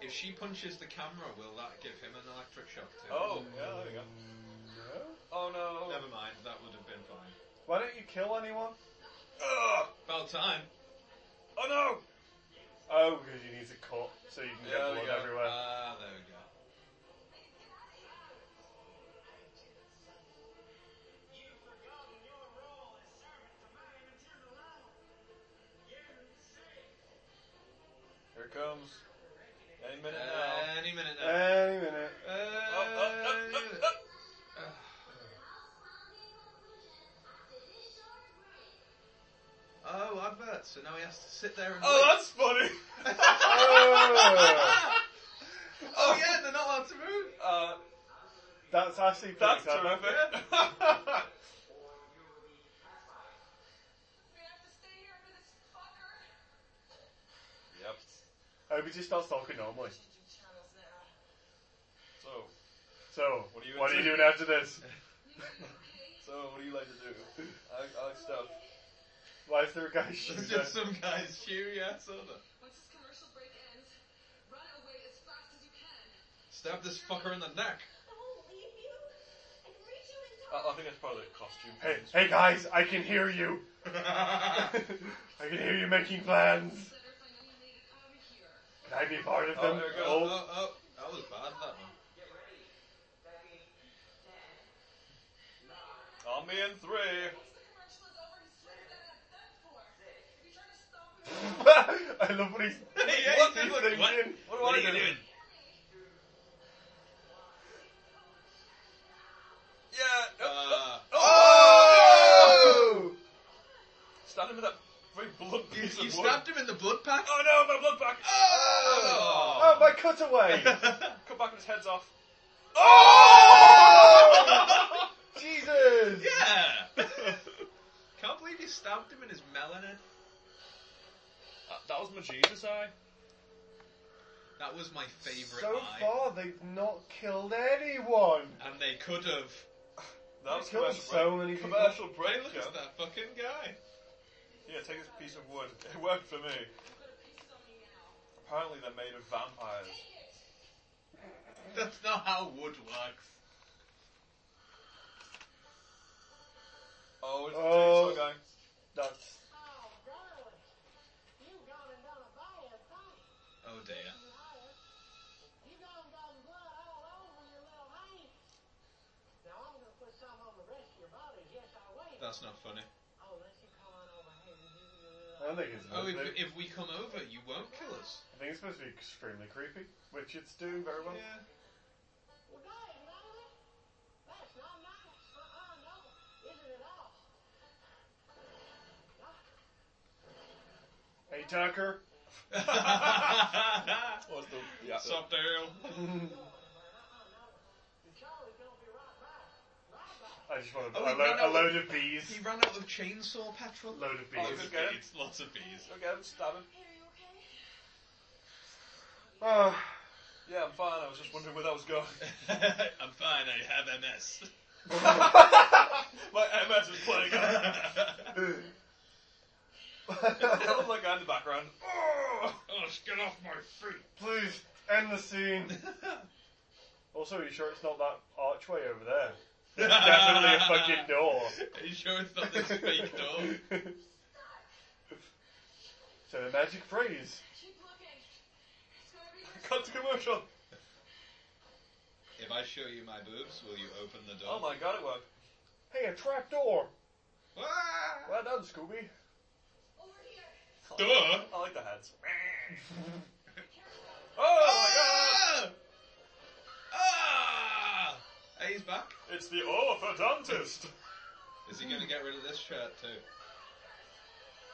If she punches the camera, will that give him an electric shock too? Oh, yeah, there you go. Oh no. Never mind, that would have been fine. Mm, Why don't you kill anyone? Ugh. About time. Oh no! Oh, because you need to cut so you can get Yeah, there you blood go. everywhere. Ah, there we go. Here it comes. Any minute now. Any minute now. Any minute. Uh, oh, advert. So now he has to sit there and. Oh, that's funny! Oh, wait. oh yeah, they're not allowed to move. Uh, that's actually pretty that's clever. terrific. yep. I hope he just starts talking normally. So, So, What are you what are you into? doing after this? so what do you like to do? I, I like stuff. Why is there a guy shooting? There's just some guy's shoe, yeah, sort of. Once this commercial break ends, run away as fast as you can. Stab this fucker in the neck. I won't leave you. I can reach you in I, I think it's probably a costume. Hey, thing. hey guys, I can hear you. Oh, Wait, I can hear you making plans. Let her find any way to get out of here. Can I be part of Oh, them? there we go. oh, Oh, oh, oh, that was bad. That one. On me in three. Once the commercial is over, he's sweating that at them for. If you try to stop him, I love what he's, Oh. yeah, what he's he did look- thinking. what? What do I do? Yeah. Uh, Oh! Standing with that very blood you, piece you of wood. stabbed him in the blood pack. Oh no, my blood back. Oh, my cutaway! Cut back and his head's off. oh! Jesus! yeah. Can't believe you stabbed him in his melanin. That, that was my Jesus eye. That was my favourite So eye. far, they've not killed anyone. And they could have. That was They killed commercial so break. many people. commercial break. Look Joe. at that fucking guy. Yeah, take this piece of wood. It worked for me. you've got a piece on me now. Apparently they're made of vampires. That's not how wood works. Oh, it's Oh. the chainsaw guy. That's Oh, darling. You gone and done a bad thing. Oh dear. You gone and done blood all over your little hand. Now I'm gonna put some on the rest of your body. Yes, I will. That's not funny. Oh, unless you come on over here and give me your little I don't think it's. Oh, if, I if we come over, you won't kill us. think it's supposed to be extremely creepy, which it's doing very well. Yeah. Well, dang, Lola, that's not nice. Uh-uh, no, isn't at all. Hey Tucker, What's Oh, the yeah, What's up, Dale? Uh-uh, no. And Charlie's gonna be right back. Right back. I just want a, Oh, a, he ran lo- out a of- load of bees. He ran out of chainsaw petrol. Load of Oh, bees. good guy. Lots of bees. Go get him, stab him. Hey, are you okay? Oh, Yeah, I'm fine. I was just wondering where that was going. I'm fine. I have MS. My MS is playing out. oh, That was my guy in the background. Oh, get off my feet. please end the scene. Also, are you sure it's not that archway over there? Definitely a fucking door. Are you sure it's not this fake door? so the magic phrase. Keep looking. It's gonna be your Cut to commercial. If I show you my boobs, will you open the door? Oh my god, it worked. Hey, a trap door. Ah! Well done, Scooby. over here. Duh. I like the heads. Oh Ah! Ah! Hey, he's back. my god! It's the orthodontist. Is he going to get rid of this shirt too?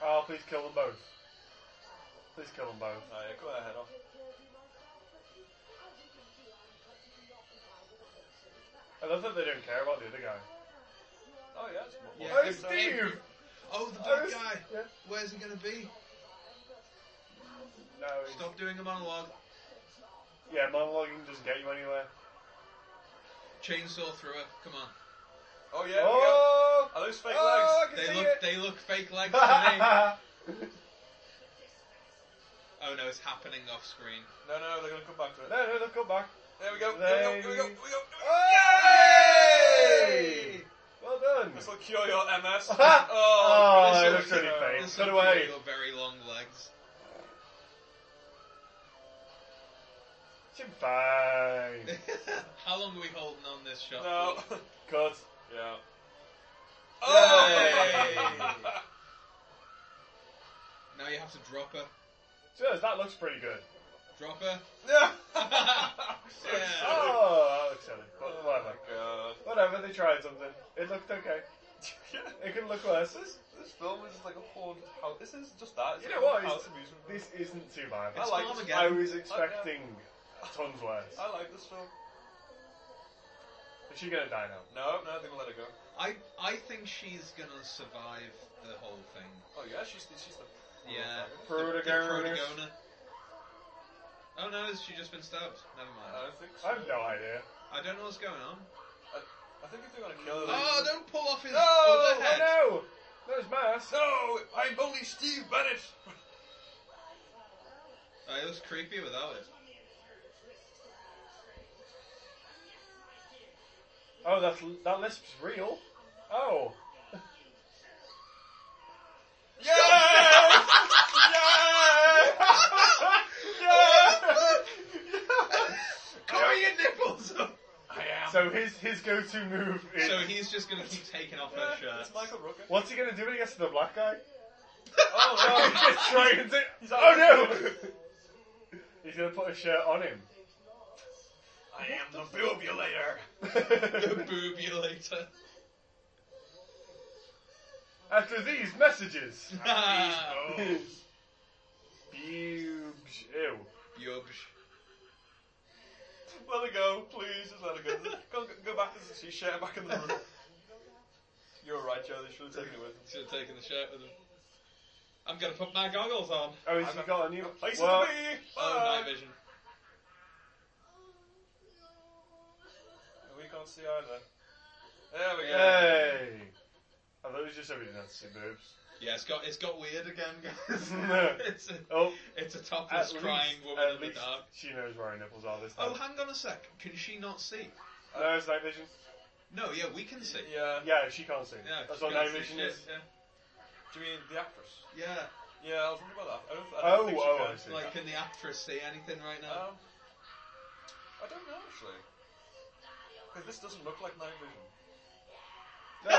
Oh, please kill them both. Please kill them both. Oh yeah, cut that head off. Take care of you myself, but you, as you can see, I'm perfectly occupied with other things. I love that they don't care about the other guy. Oh yeah, it's more. Yeah, Oh, if Steve! every- oh, the bad Oh, guy. yeah. Where's he going to be? No, Stop doing a monologue. yeah, monologuing doesn't get you anywhere. Chainsaw through her. Come on. Oh yeah. we go. oh, Are those fake oh, legs? I can They see look. it. They look fake legs to me. Oh no, it's happening off screen. No, no, they're gonna come back to it. no, no, look, come back. There we go. There we go. Here we go. Here we go. Yay! Well done. This will cure your MS. oh, Oh, this it will looks really cure- fake. This Cut will away. give you your very long legs. It's fine. How long are we holding on this shot? No. for? Cut. yeah. Yay. Oh! Now you have to drop her. So yes, that looks pretty good. Drop her. Yeah. Yeah. Oh, that looks silly. But Oh whatever. my god. Whatever, they tried something. It looked okay. Yeah. It could look worse. This, this film is like a haunted house. This is just that. It's You a know what? haunted House It's- amusement park. This isn't too bad. I It's like- I Armageddon. was expecting tons worse. I like this film. Is she gonna die now? No, no, I think we'll let it go. I I think she's gonna survive the whole thing. Oh yeah, she's the, she's the Yeah. The- the Protagonist. protagonist. Oh no, has she just been stabbed? Never I mind. don't think so. I have no idea. I don't know what's going on. I think if they're gonna kill her, they- Oh, don't pull off his No, Oh other head. no! That was mass. No, I'm only Steve Bennett. Oh, it was creepy without it. Oh, that that lisp's real. Oh. Yes! Cover your nipples up. I am. So his his go-to move is. So he's just gonna keep taking off her shirt. It's Michael Rooker. What's he gonna do when he gets to the black guy? Oh he just trains it. He's out oh of no! he's gonna put a shirt on him. I am the boobulator. The boobulator. After these messages. Ah, Boobs. Ew. Yubsh. Let her go, please. Just let her go. Go, go back to the t-shirt back in the room. You're right, Joe. They should have taken it with them. Should have taken the shirt with him. I'm gonna put my goggles on. Oh, has I'm he a- got a new? Places Well, to be. Oh, Bye. night vision. we can't see either. There we go. hey. I thought it was just so we didn't have to see boobs. Yeah, it's got it's got weird again, guys. No. it's a Oh, it's a at topless least, crying woman at in the least Um, dark. she knows where her nipples are this time. Oh, hang on a sec. Can she not see? no, it's night vision. No, yeah, we can see. Yeah. Yeah, she can't see. Yeah, That's she what can night see vision shit, is. Do you mean the actress? Yeah. yeah. Yeah, I was wondering about that. I don't, I Oh, don't think she oh, can. I see. Like, can the actress see anything right Oh. now? Um, I don't know actually. Because this doesn't look like night vision. No.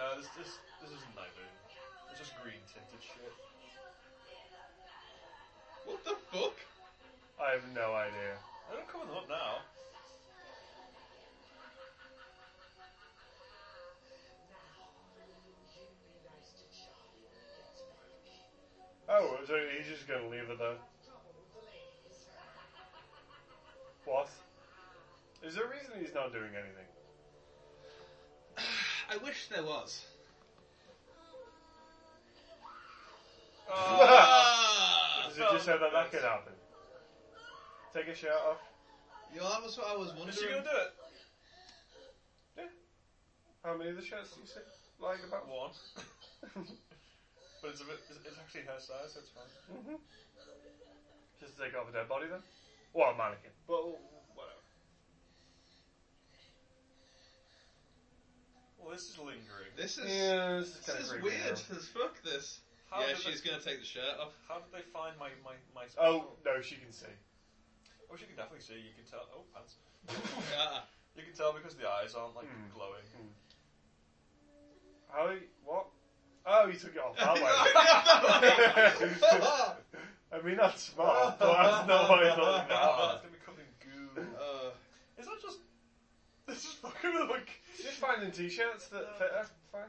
No, this this this isn't night vision. It's just green tinted shit. What the fuck? I have no idea. I don't cover them up now. Oh, so he's just gonna leave her there. What? Is there a reason he's not doing anything? I wish there was. Uh, Ah! Is it just so that that could happen? Take a shirt off. Yo, that was what I was wondering. Is she gonna do it? How many of the shirts do you see? Lying about One. but it's a bit. It's, it's actually her size, so it's fine. hmm Just to take off a dead body then? Well, a mannequin. But whatever. Well, this is lingering. This is Yeah, this this is weird as fuck. This. How yeah, did she's they, gonna take the shirt off. How did they find my my my? Oh, no, she can see. Oh, she can definitely see. You can tell. Oh, pants. Yeah. You can tell because the eyes aren't like Hmm. glowing. How? he- What? Oh, he took it off that way. I mean, that's smart, but Oh, that's not why he's not looking Oh, at it's gonna be covered in goo. Uh, Is that just? This is fucking like. Just finding t-shirts that fit her. Fine.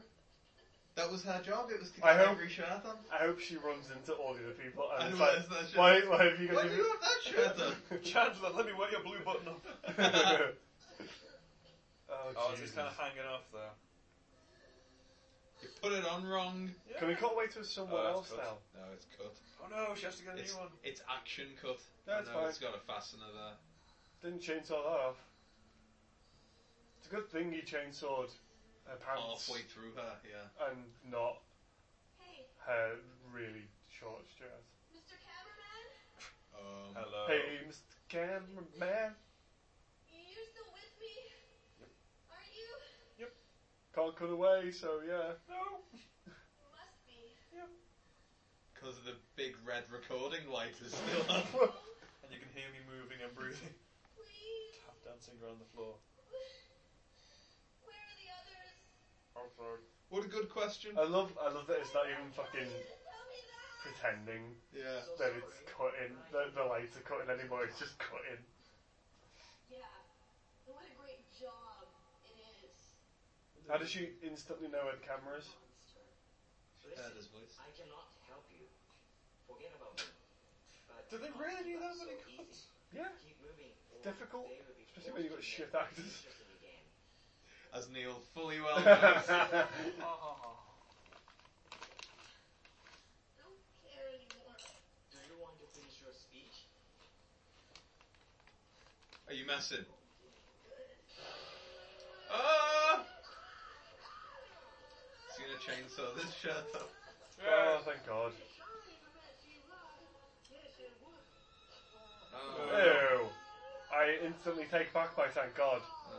that That was her job. It was to I get hope- every shirt on. I hope she runs into all the other people I and it's know, like, it's that shit. why, why have you Why got do you have that shirt on? Chandler, let me wear your blue button up. your... Oh, oh, Jesus. it's just kind of hanging off there. You put it on wrong. Yeah. Can we cut away to someone Oh, else it's cut. now? No, it's cut. Oh no, she has to get a It's, new one. it's action cut. No, I it's know fine. It's got a fastener there. Didn't chainsaw that off. It's a good thing he chainsawed her pants Halfway through her, yeah. and not Hey, her really short dress. Mr. Cameraman, Um, Hello. Hey, Mr. Cameraman, you're still with me? Aren't you? can't cut away, so yeah. No. Must be. Because the big red recording light is still on. And you can hear me moving and breathing. Please. Tap dancing around the floor. Where are the others? What a good question. I love, I love that it's not even fucking Tell me that. pretending Yeah. that it's cutting, that the lights are cutting anymore. It's just cutting. Yeah. And what a great job it is. How does she instantly know her cameras? Monster. Heard his voice. I cannot help you. Forget about me. But Do they really do that when it so cuts? easy. Yeah. Keep moving. It's difficult, They will be especially when you've got forced to shit make actors. decisions again. As Neil fully well knows. I don't care anymore. Do you want to finish your speech? Are you messing? Ah! He's gonna chainsaw this shirt off. oh, thank God. Sorry for that, she lied. Yes, it would. Oh. Ew. I instantly take back my thank God. Ah.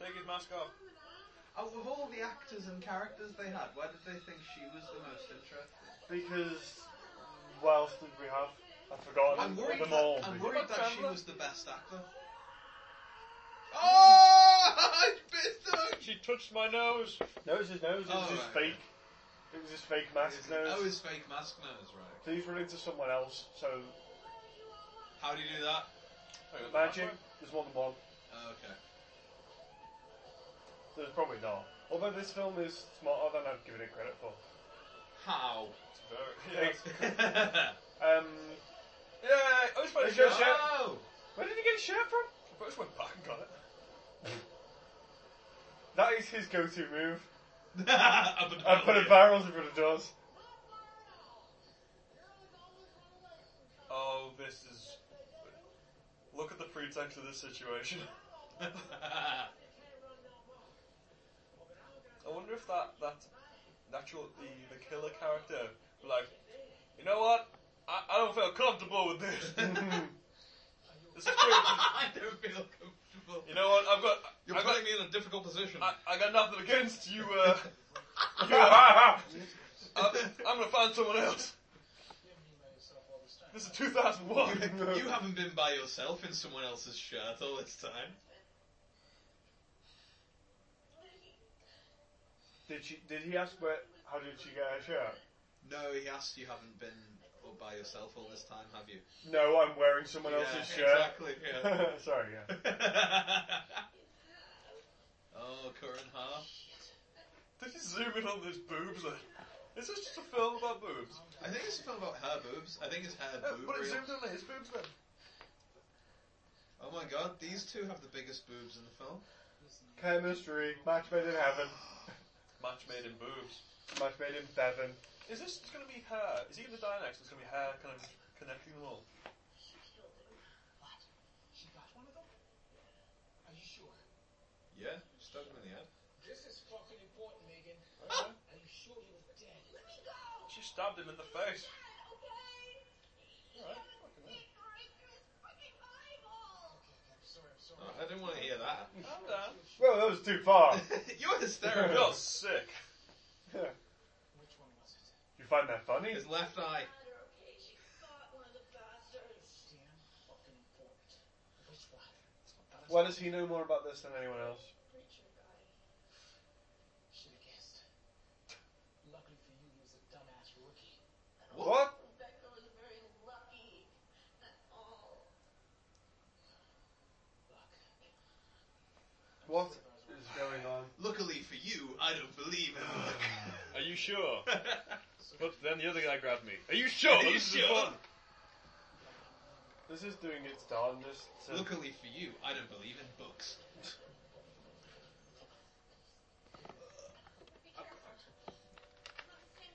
Take his mask off. Out of all the actors and characters they had, why did they think she was the most interesting? Because what else did we have? I've forgotten I'm worried them all. that, I'm because- worried What that she Chandler? was the best actor. Oh! I bit them! She touched my nose. No, it was his nose. It was Oh, his right. oh, fake. It was his fake mask nose. That was fake mask nose, right? These were into someone else. So How do you do that? magic there's more than one. Oh, okay. There's probably not. Although this film is smarter than I've given it credit for. How? It's very- Yes. oh! Um, Yeah. I just went It's shirt. just- where did he get his shirt from? I just went back and got it. That is his go-to move. Up and I put a barrel in front of doors. Oh, this is. Look at the pretext of this situation. I wonder if that that natural the, the killer character like, you know what? I, I don't feel comfortable with this. this is too, I don't feel comfortable. you know what? I've got You're I've got putting me in a difficult position. I, I got nothing against you. Uh, I'm, I'm gonna find someone else. You haven't been by yourself all this time. This is 2001. you haven't been by yourself in someone else's shirt all this time. Did she? Did he ask where? How did she get her shirt? No, he asked you haven't been all by yourself all this time, have you? No, I'm wearing someone Yeah, else's Exactly, yeah. shirt. Sorry, yeah. oh, Corin Hart. Did you zoom in on those boobs? Like, is this just a film about boobs? I think it's a film about her boobs. I think it's her Uh, boob but it reel. zoomed in on his boobs then. Oh my god, these two have the biggest boobs in the film. Chemistry, match made in heaven, Match made in boobs. match made in heaven. Is this just gonna be hair? Is he gonna die next? It's gonna be hair kind of connecting them all. She got one of them? Are you sure? Yeah, stuck them in the head. This is fucking important, Megan. Are you sure he was dead? Let me go. She stabbed him in the face. Dad, okay? Alright, Dick right through his fucking eyeball. Okay, okay, I'm sorry, I'm sorry. Oh, I didn't want to hear that. Calm down. Well, that was too far. You're You're hysterical. sick. you Which one was it? find that funny? His left eye. Matter, okay? She fought one of the bastards. Damn fucking important. Which one? That's what that is. Why does he know more about this than anyone else? Preacher guy. Should have guessed. Luckily for you, he was a dumbass rookie. What? Rebecca was very lucky. That's all. Luck. What is going on? Luckily for you, I don't believe it. Are you sure? But then the other guy grabbed me. Are you sure? Are you This is sure? fun. This is doing its darndest. To, Luckily for you, I don't believe in books. Be careful.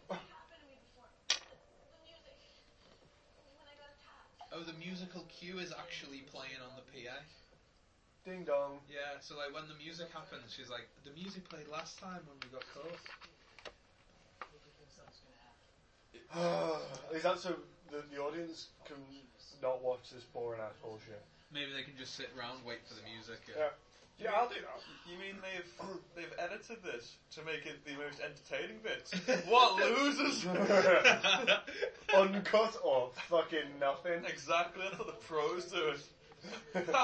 Not the same thing happened to me before. The music. When I got attacked. Oh, the musical cue is actually playing on the PA. Ding dong. Yeah, so like when the music happens, she's like, the music played last time when we got caught. is that so the, the audience can not watch this boring ass bullshit? Maybe they can just sit round, wait for the music. Yeah. Yeah, I'll do You mean they've they've edited this to make it the most entertaining bits? and- What losers? that. Uncut or fucking nothing. exactly, that's what the pros do. it. Get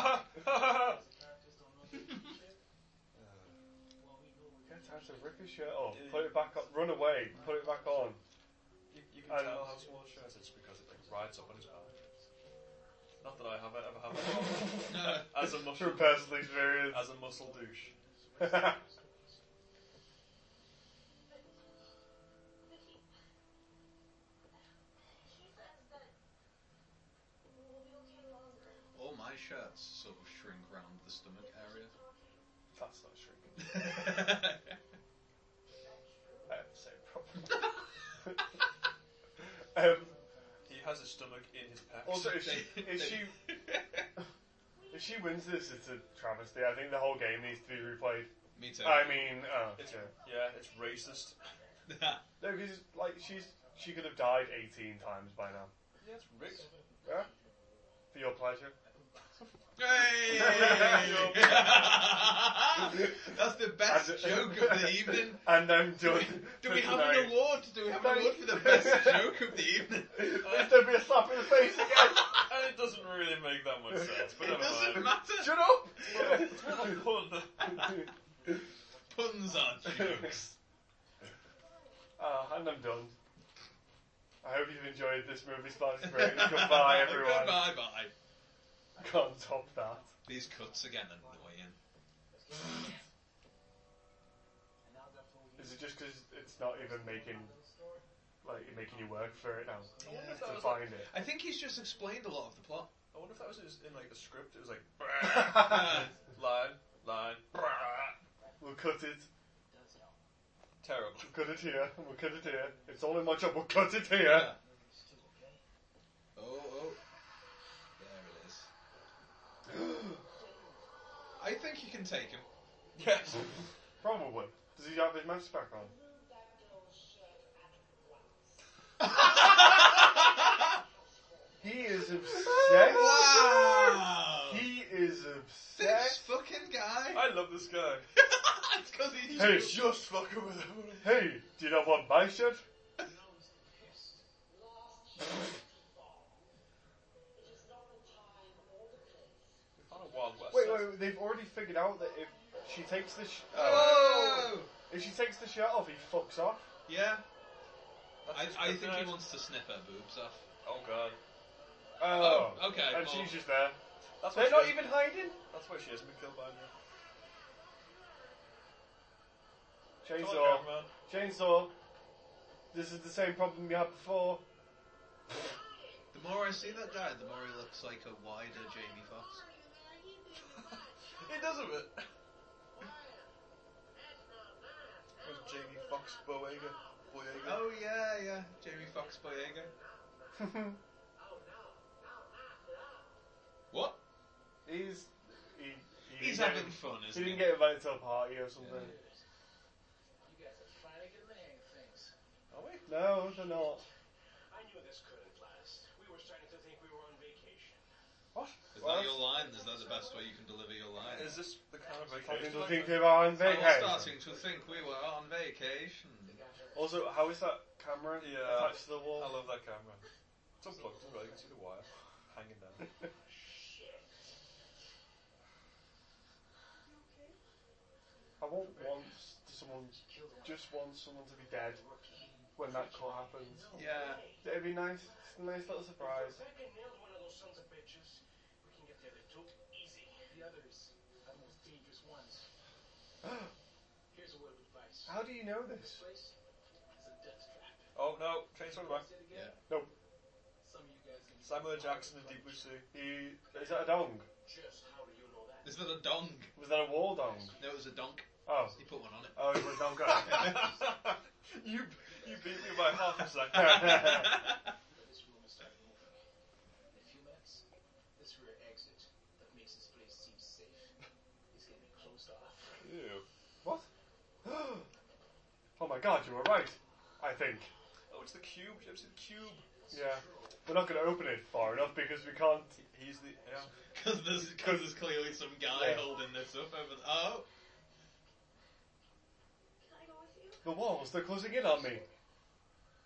out of ricochet off. Put it back up. Run away. Put it back on. You, you I can know. tell how small his shirt is because it like, rides up on his back. Not that I have ever had that problem. as a muscle, From personal experience. as a muscle douche. But he. He says that. We'll be okay longer. All my shirts sort of shrink round the stomach area. That's not shrinking. I have the same problem. um, He has his stomach in his pecs. also, if she, if she if she wins this, it's a travesty. I think the whole game needs to be replayed. Me too. I mean, oh, it's, yeah. yeah, it's racist. no, because like she's she could have died eighteen times by now. Yeah, it's racist. Yeah, for your pleasure. Hey! That's the best joke of the evening. and I'm done. Do for we have tonight. an award? Do we have an award for the best joke of the evening? Let there be a slap in the face again. And it doesn't really make that much sense, but It never doesn't mind. matter. Shut up. What a pun. Puns are jokes. Ah, and I'm done. I hope you've enjoyed this movie sponsored break. Goodbye, everyone. Goodbye, bye. Can't top that. These cuts again annoying. Is it just because it's not even making like you're making you work for it now I wonder if that to was like, find it? I think he's just explained a lot of the plot. I wonder if that was just in like a script. It was like Uh, line, line, We'll cut it. terrible. We'll cut it here. We'll cut it here. It's all in my job. We'll cut it here. oh, oh. There it is. I think you can take him. Yes. Probably. Does he have his mask back on? He is obsessed. Wow! He is This obsessed. fucking guy. I love this guy. it's because he's Hey, just- Just fucking with him. Hey, do you not want my shirt? On a Wild West. Wait, wait, wait, they've already figured out that if she takes the sh- Oh! if she takes the shirt off, he fucks off. Yeah. That's I, just I good think guy. he wants to snip her boobs off. Oh god. Oh, okay. And well, she's just there. That's why They're she not is- even hiding. That's why she hasn't been killed by me. Come on, Chainsaw. cameraman. Chainsaw. This is the same problem you had before. the more I see that guy, the more he looks like a wider Jamie Foxx. It doesn't. It was Jamie Fox Boyega. Boyega. Oh yeah, yeah, Jamie Foxx Boyega. What? he's he, he He's didn't get- having fun, He isn't he? didn't get invited to a party or something. You guys are finally getting the hang of things. Are we? No, they're not. I knew this couldn't last. We were starting to think we were on vacation. What? Is What? that your line? Is that the best way you can deliver your line? Uh, Is this the kind of I've vacation? been like thinking that? about on I was vacation. starting to think we were on vacation. Also, how is that camera Yeah. attached to the wall? I love that camera. It's unplugged as well. You can see the wire hanging down. I want once someone, just want someone to be dead when that cut happens. Yeah. It'd be nice, it's a nice little surprise. Becca nailed one of those sons of bitches. We can get the other two easy. The others are the most dangerous ones. Here's a word of advice. How do you know this? Place is a death trap. Oh no, train's coming back. Say it again. Nope. Some of you guys can Samuel L. Jackson and Deep Blue Sea. You, is that a dong? Just how do you know that? This was a dong. Was that a wall dong? No, it was a donk. Oh. He put one on it. Oh, it was a dong. okay. you you beat me by half a second. That's But this room is starting moving. In a few minutes, this rear exit that makes this place seem safe is getting closed off. Ew. what? oh my god, you were right. I think. Oh, it's the cube. You ever see the cube? Yeah. We're not going to open it far enough because we can't. He's the yeah. Because there's, 'cause there's clearly some guy Yeah. holding this up over the. Oh! Can I go with you? The walls, they're closing in on me.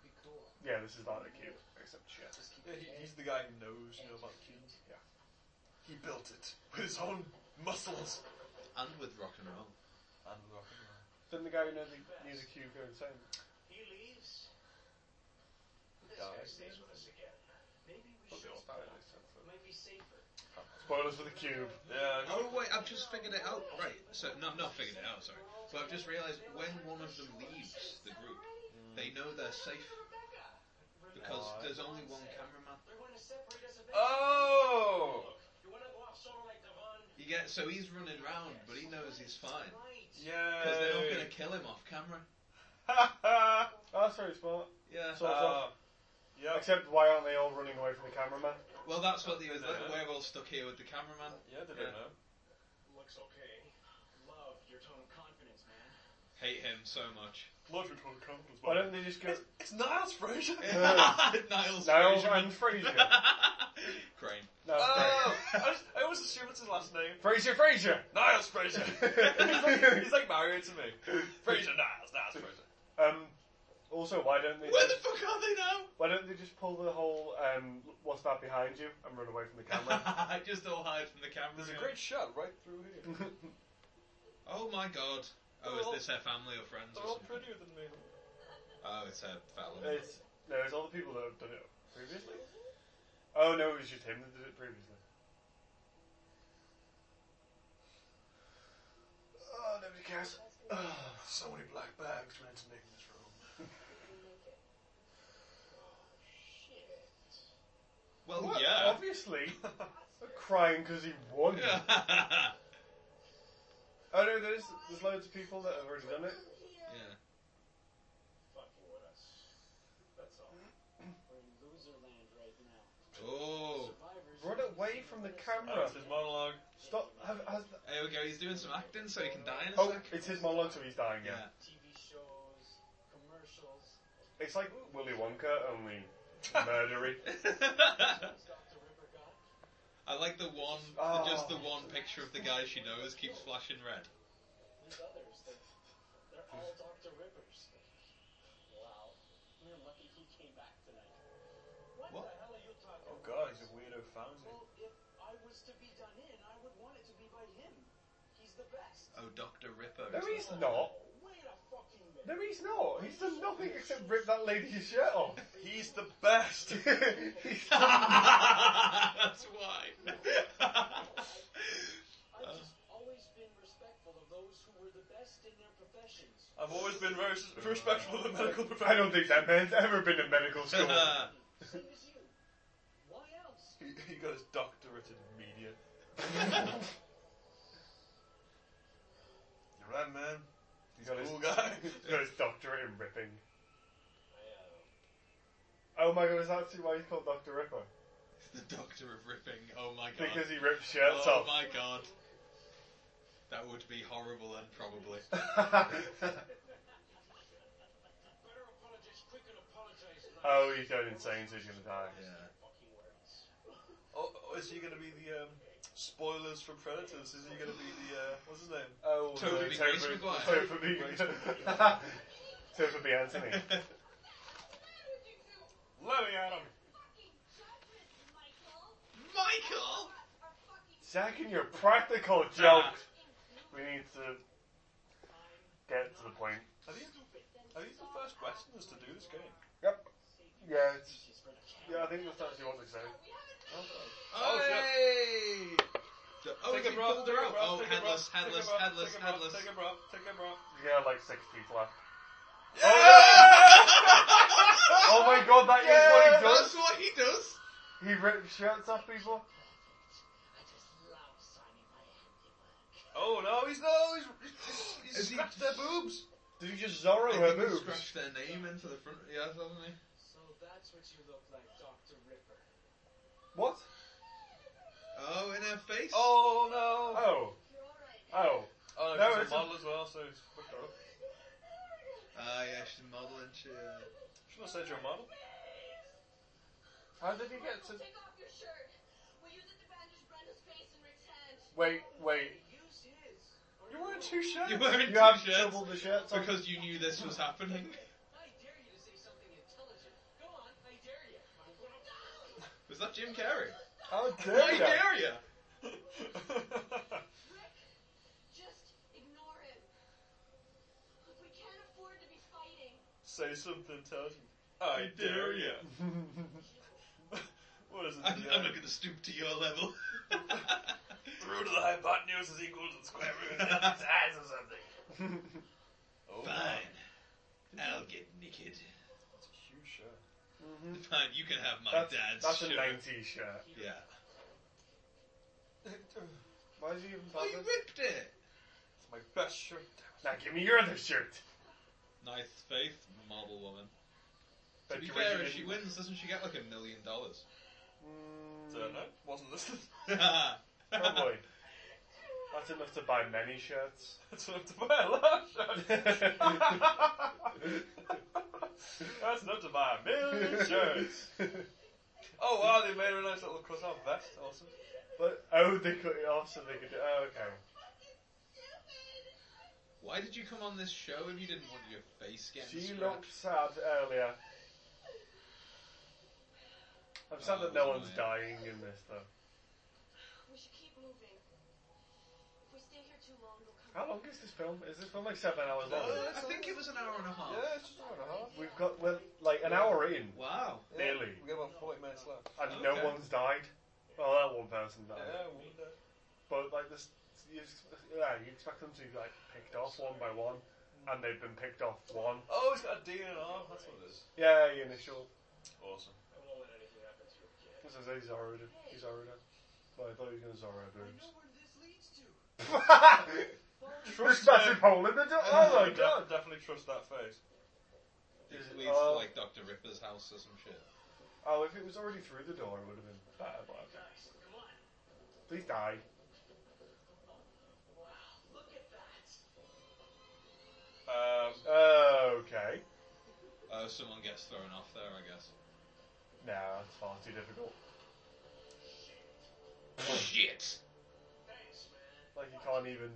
Be cool. Yeah, this is not a cube. Except shit. Just keep yeah your he, head he's the guy who knows, you know, about the cube. Yeah. He built it with his own muscles. And with rock and roll. And rock and roll. Didn't the guy who knows the needs a cube go insane? He leaves. This Yeah. guy stays with us again. Maybe we should. It might be safer. Spoilers for the cube. Uh, Yeah. Oh, wait, I've just figured it out. Right, so, no, not figured it out, sorry. But I've just realised when one of them leaves the group, they know they're safe Rebecca! because Oh, Aw. there's only one cameraman. They're going to separate us eventually. Oh. Look, you want to go off solo like Devon? You get so he's running around, but he knows he's fine Right. because they're not Yeah. going to kill him off camera. Oh, sorry, smart. Yeah. So- Uh, yeah. Except why aren't they all running away from the cameraman? Well, that's what the Yeah. we're all stuck here with the cameraman. Yeah, they Yeah. don't know. Looks okay. Love your tone of confidence, man. Hate him so much. Love your total confidence, Why don't they just go. It's, it's Niles Fraser. Niles Niles. Fraser. and Fraser. Crane. No. Oh, I, just, I always assume it's his last name. Fraser, Fraser! Niles Fraser. he's, like, he's like Mario to me. Fraser Niles, Niles Fraser. Um, also, why don't they Where the just, fuck are they now? why don't they just pull the whole um, what's that behind you and run away from the camera? I just all hide from the camera. There's a great shot right through here. Oh my god. Oh, They're all- is this her family or friends? They're Or all something? prettier than me. Oh, it's her family. it's no, it's all the people that have done it previously. Oh no, it was just him that did it previously. Oh, nobody cares. Oh, So many black bags meant to make this room. Well, Well, yeah. Obviously, they're crying because he won. yeah. Oh no, there's there's loads of people that have already done it. Fucking with us. That's all. We're in loser land right now. Oh. Survivors. Run away from the camera. That's his monologue. Stop. Have, has, There we go. He's doing some acting, so he can die in a oh, sec. it's his monologue, so he's dying. Yeah. Yeah. TV shows, commercials. It's like Willy Wonka, only murdery. Dr. River got. I like the one, Oh. just the one picture of the guy she knows keeps flashing red. These others, they, they're all Dr. Rippers. Wow. We're lucky he came back tonight. What, What? the hell are you talking Oh god, about? he's a weirdo foundling. Well, if I was to be done in, I would want it to be by him. He's the best. Oh, Doctor Ripper. No, is Uh, he's not. Wait a fucking minute. No, he's not. He's done nothing except rip that lady's shirt off. He's the best. He's- That's why. Uh. I've just always been respectful of those who were the best in their professions. I've always been very sus- respectful of the medical I profession. don't think that man's ever been in medical school. Uh, Same as you. Why else? He, he got his doctorate in media. You're right, man. He's Got a his- cool guy. He's got his doctorate in ripping. Oh my god, is that actually why he's called Dr. Ripper? the Doctor of Ripping. Oh my god. Because he rips shirts oh off. my god. That would be horrible then, probably. Better apologize quick and apologize now. oh, he's going insane, so he's gonna die. Uh, Fucking words. Oh, oh, is he going to be the um, spoilers from Predators? Is he going to be the uh, what's his name? Oh, Toby the- Grace Toby- Maguire. Toby B. Grace Toby B. Anthony. How did you do? Lenny Adam. Fucking judgment, Michael! Michael! Our fucking Zach and your practical jokes. We need to get to the point. Are these, are these the first Westerners to do this game? Yep. Yeah, it's, She's gonna count. yeah, I think that's actually what they say. Oh, Hey! Oh, Take he a pulled breath, take her a out. breath, Oh, take a headless, oh, breath, headless, take a breath, headless, take a breath, headless. Take a breath, take a breath. Yeah, like six people. left. oh, Oh my god, that is yeah, what he does. That's what he does. He rips shirts off people. I just love signing my handiwork. Oh no, he's no, he's, he's, he's Is he- scratched their boobs. Did he just Zorro He her even boobs? scratched their name into the front. Yeah, doesn't he? So that's what you look like, Dr. Ripper. What? Oh, in her face. Oh no. Oh, You're alright. oh. Oh, No, no, he's it's a model as well, so he's fucked her up. Ah, yeah, she's modelling. She. Uh, Shouldn't have said you're a model. How did he get to? Take off your shirt. We'll use it to bandage Brenda's face and Rick's hand. Wait, wait. Use his. You wearing two shirts? you wearing You two have shirts double the shirts on. because you knew this was happening. I dare you to say something intelligent. Go on, I dare you. Was that Jim Carrey? How How dare you? dare you? Rick, just ignore him. Look, we can't afford to be fighting. Say something intelligent. I dare you. Mm-hmm. What is it? I'm, the, I'm uh, not going to stoop to your level. The root of the hypotenuse is equal to the square root of its size or something. Oh, Fine. I'll get naked. That's a huge shirt. Fine, you can have my That's, dad's that's a shirt. 90s shirt. Yeah. Why is he even Oh, you bothered? ripped it. It's my best shirt. Now give me your other shirt. Nice faith, model woman. Bet to be you wish you fair, if didn't. she wins, doesn't she get like a million dollars? Mm, Don't know. Wasn't listening. Probably. That's enough to buy many shirts. That's enough to buy a large shirt. That's enough to buy a million shirts. Oh wow, they made a nice little cut-off vest also. But oh, they cut it off so they could. Oh, okay. Why did you come on this show if you didn't want your face getting She scratched? looked sad earlier. I'm sad Oh, that no one's yeah. dying in this though. We should keep moving. If we stay here too long, they'll come. How long is this film? Is this film like seven hours long? No. I think it was an hour and a half. Yeah, it's just an hour and a half. We've got we're like an hour in Wow. Yeah, Nearly. We got about 40 minutes left. and Okay. no one's died. Well, that one person died. Yeah, we'll do. But like this, you, ex- yeah, you expect them to be like picked off one by one, and they've been picked off one. Oh, it's got a D and an R. That's what it is. Yeah, the initial. Awesome. I won't let anything happen to you, kid. This is a Zorro. He's Zorro. Well, I thought he was going to Zorro I know where this leads to. boobs. This Trust massive that. hole in the door. Oh my Def- god. Definitely trust that face. It Is it- leads oh. to like Dr. Ripper's house or some shit. Oh, if it was already through the door, it would have been better. But okay. Come on. please die. Wow, look at that. Um, Okay. Oh, someone gets thrown off there, I guess. No, it's far too difficult. Shit! Thanks, man. Like you can't even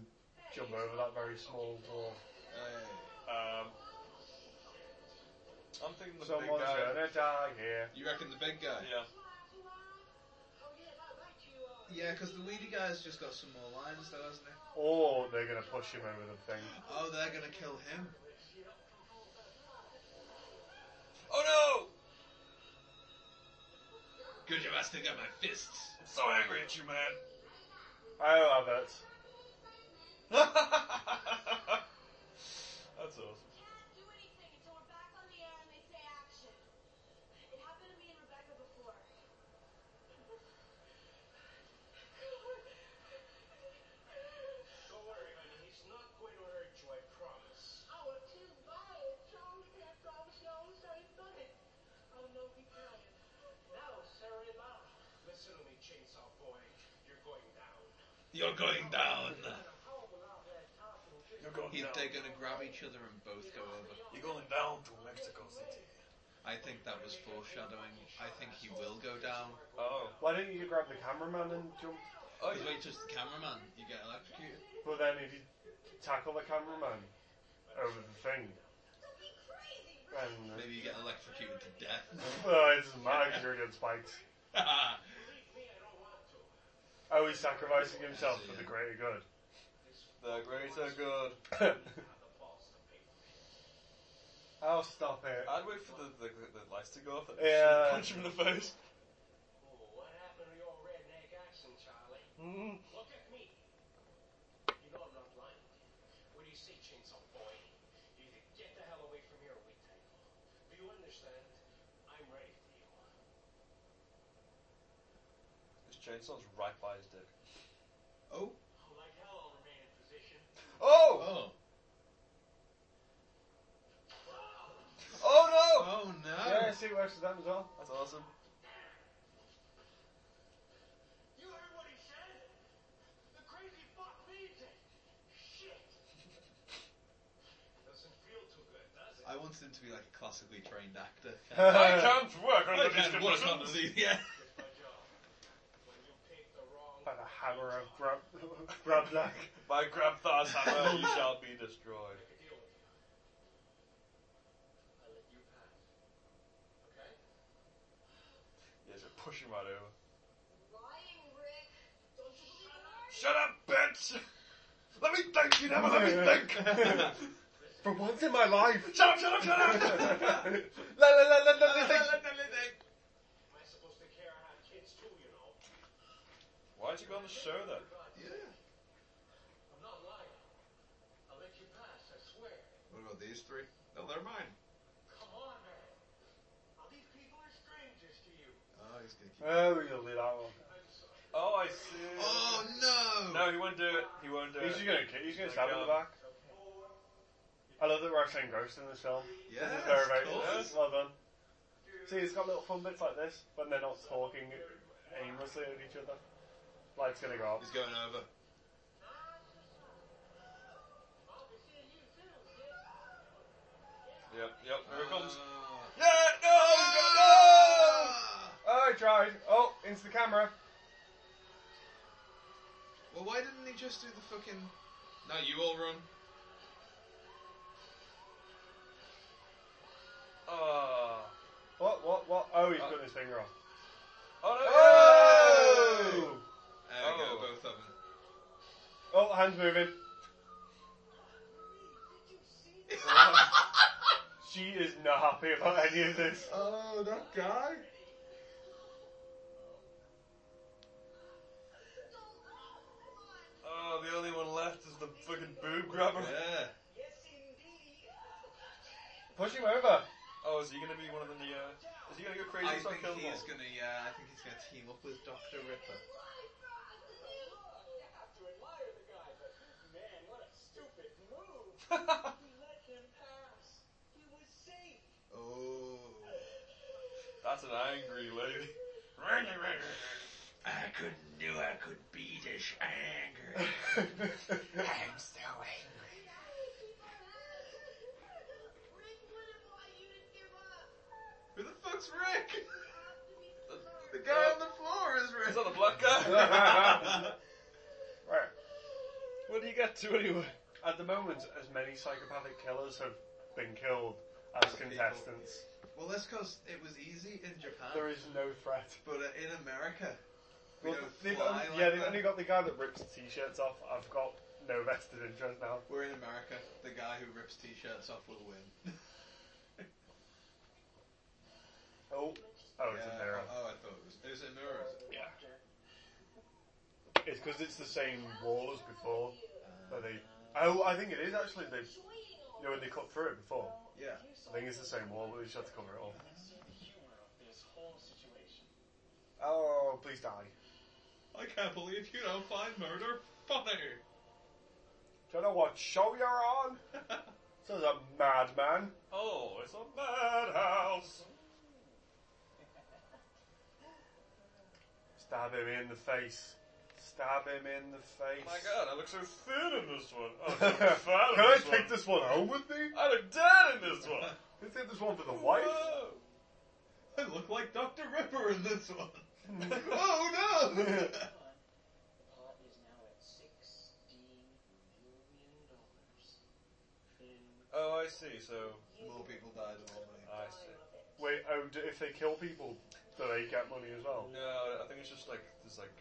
jump over that very small door. Hey. um, I'm thinking the Someone's big guy. gonna die here. You reckon the big guy? Yeah. Oh, yeah, not like you, uh, Yeah, because the weedy guy's just got some more lines though, hasn't he? Or they're gonna push him over the thing. Oh, they're gonna kill him. Oh no! Good job, I still got my fists. I'm so angry at you, man. Oh, Abbott. That's awesome. Can't do anything until we're back on the air and they say action. It happened to me and Rebecca before. Don't worry, honey. He's not going to hurt you, I promise. Oh, it's too bad. It's only kept on shows I've done it. Oh, no, be quiet. Now, Sarah, listen to me, Chainsaw Boy. You're going down. You're going down. You're going He, down. they're gonna grab each other and both go over. You're going down to Mexico City. I think that was foreshadowing. I think he will go down. Oh. Why don't you grab the cameraman and jump? Oh, Because wait, just the cameraman, you get electrocuted. But then if you tackle the cameraman over the thing, Don't be crazy, Rick. then Maybe you get electrocuted to death. well, it doesn't matter 'cause you're against spikes. Believe me, I don't want to. Oh, he's sacrificing himself for the greater good. the greater good. Have the balls to pay for it. oh, stop it. I'd wait for the, the, the lights to go off and Yeah. punch him in the face. Ooh, what happened to your redneck accent, Charlie? Mm. Mm-hmm. Look at me. You know I'm not lying. What do you say, Chainsaw Boy? chainsaw's right by his dick. Oh. Like hell, I'll remain in position. Oh. Oh! Oh Oh no. Yeah, I see where she's at as well. no! That's awesome. You heard what he said? The crazy fuck needs it. Shit. Doesn't feel too good, does it? I want him to be like a classically trained actor. I can't work I under these can't, what I can't conditions. see. Yeah. It's my job. When you pick the wrong By the hammer of grab, grab neck. By Grabthar's hammer, you shall be destroyed. I deal with you. I let you pass. Okay? Yeah, so push him right over. Lying, Rick. Don't you believe in art? Shut up, bitch! Let me think, you never let me think! For once in my life. shut up, shut up, shut up! La la la la la la. la. Am I supposed to care how kids too, you know? Why'd you go on the show then? Yeah. I'm not lying. I'll let you pass, I swear. What about these three? No, they're mine. Come on, man. Now, these people are strangers to you. Oh, he's gonna keep. Oh, you'll do that one. I'm sorry. Oh, I see. Oh no. No, he won't do it. He won't do He's it. just gonna, ki- he's gonna stab him in the back. Four, I love that we're saying ghost in this film. Yeah. This is very, very of course. yes, well done. See, it's got little fun bits like this when they're not talking aimlessly at each other. Light's gonna go up. He's going over. I'll be seeing you soon. Yep, yep, Uh, here it comes. Ah. Yeah, no! No! Oh, Ah! he tried. Oh, into the camera. Well, why didn't he just do the fucking? No, you all run. Oh, What, what, what? Oh, he's Oh. putting his finger off. oh no! Oh! There we Oh. go, both of them. Oh, hand's moving. She is not happy about any of this. Oh, that guy. Don't laugh. Come on. Oh, the only one left is the fucking boob grabber. Yeah. Yes, indeed. Push him over. Oh, is he gonna be one of the? Uh, is he gonna go crazy I and start think killing them he's all? gonna. Yeah, I think he's gonna team up with Doctor Ripper. Look, Ah, You have to admire the guy, but man, what a stupid move. You let him pass. He was safe. Oh. That's an angry lady. I could knew I could be this angry. I'm so angry. Rick wouldn't want you to give up. Who the fuck's Rick? You have to be smart. The guy on the floor is Rick. Is that the black guy? right. what do you get to anyway? At the moment, as many psychopathic killers have been killed as contestants. well, that's because it was easy in Japan, There is no threat. but uh, in America, we Well, don't they've fly only- like yeah, they've that. only got the guy that rips t-shirts off. I've got no vested interest now. We're in America. The guy who rips t-shirts off will win. Oh, oh, it's a Yeah, mirror. Oh, I thought it was. It was a mirror. Is it? Yeah. It's because it's the same wall as before. That they. Oh, I think it is actually. They, you know, when they cut through it before. Yeah. I think it's the same wall, but we just have to cover it up. I see the humor of this whole situation. Oh, please die. I can't believe you don't find murder funny. Do you know what show you're on? This is a madman. Oh, it's a madhouse. Oh Stab him in the face. Stab him in the face. Oh my god, I look so thin in this one. Oh, so fat in Can I this one. take this one home with me? I look dead in this one. Can I take this one for the wife? Whoa. I look like Dr. Ripper in this one. oh no! The pot is now at sixteen million dollars. In Oh, I see. So More people died than one man. I see. Wait, oh, d- if they kill people, do they get money as well? No, I think it's just like there's like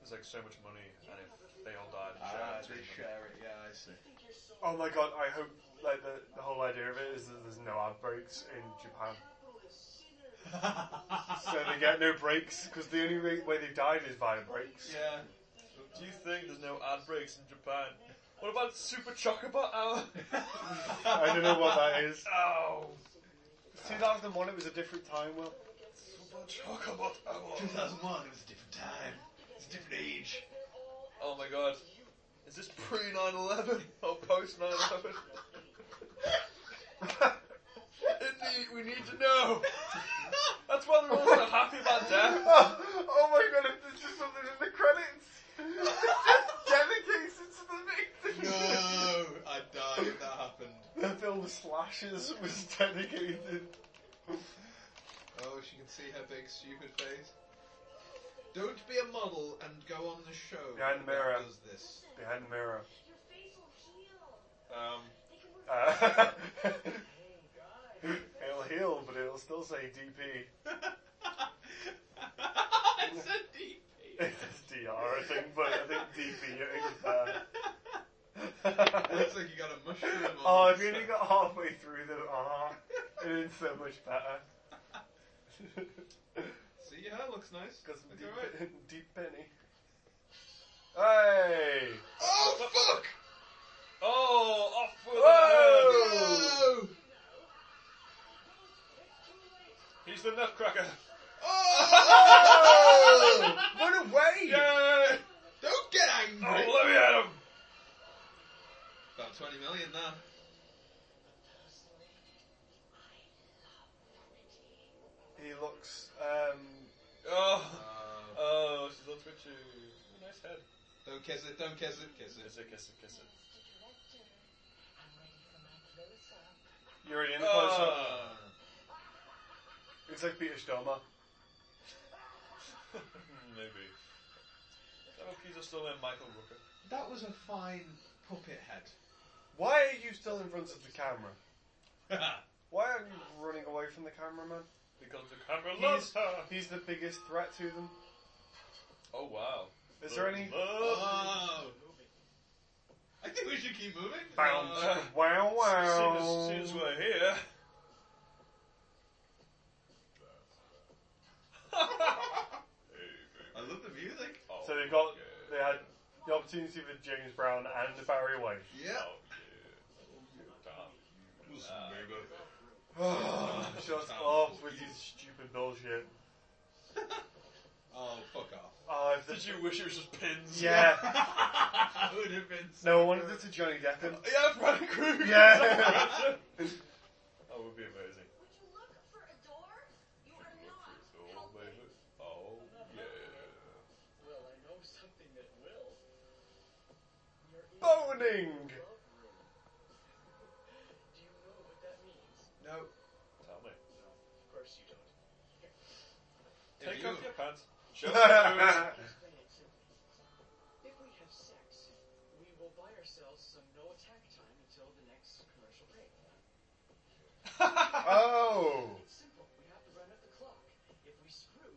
there's like so much money, and if they all died, and Ah, shared they between them. share it. Yeah, I see. Oh my god, I hope, like, the, the whole idea of it is that there's no outbreaks in Japan. capitalist sinners. So they get no breaks, because the only re- way they died is via breaks. yeah. Do you think there's no ad breaks in Japan? What about Super Chocobo Oh. Hour? I don't know what that is. Oh, 2001, it was a different time, Will. don't talk about our. 2001, it was a different time. It's a different age. Oh my god. Is this pre 9 11 or post 9 11? Indeed, we need to know. That's why they're all so happy about death. oh, oh my god, if this is something in the credits, it just dedicates it to the victim. No, I died if that happened. The film Slashes was dedicated. Oh, she can see her big stupid face. Don't be a model and go on the show. Behind the that mirror. Does this? Behind the mirror. Your face Um, will heal. They can work Uh, it'll heal, but it'll still say DP. it's a DP. It's DR, I think, but I think DP is there. Looks like you got a mushroom. on oh, the I've only side. got halfway through the ah. it's so much better. See, yeah, it looks nice. Got Looks some deep, alright. deep penny. Hey! Oh fuck! oh, off with Whoa! the head. No! He's the nutcracker. Oh! Run away! Yay! Don't get Oh, angry. let me at him. About 20 million now. He looks, um, Oh, Uh, oh, she's on Twitch. Nice head. don't kiss it. Don't kiss it. Kiss it. Kiss it, kiss it, kiss it. you're in the close-up. Uh, Oh. It's like Peter Stormer. Maybe. I hope he's Oh, still in Michael Rooker. That was a fine puppet head. Why are you still in front of the camera? Why aren't you running away from the cameraman? Because the camera He's- loves her. He's the biggest threat to them. Oh wow. Uh, Is there any? Love. oh. I think we should keep moving. Bounce. Uh, wow, wow. Soon as, soon as we're here. I love the music. Oh, So they got, they had the opportunity with James Brown and Barry White. Yeah. oh, Uh, Shut up with your stupid bullshit. Oh, fuck off. Oh, if the, Did you wish it was just pins? yeah. that would have been so No, I wanted good. it to Johnny Depp him. Yeah, Freddy Krueger. Yeah. that would be amazing. Would you look for a door? You are not helping. Oh yeah. Well, I know something that will. You're in Boning! the love room. Do you know what that means? No. Tell me. Of course you don't. If Take you- off your pants. Show That's us Explain it simply. If we have sex, we will buy ourselves some no attack time until the next commercial break. Oh! It's simple. We have to run out the clock. If we screw,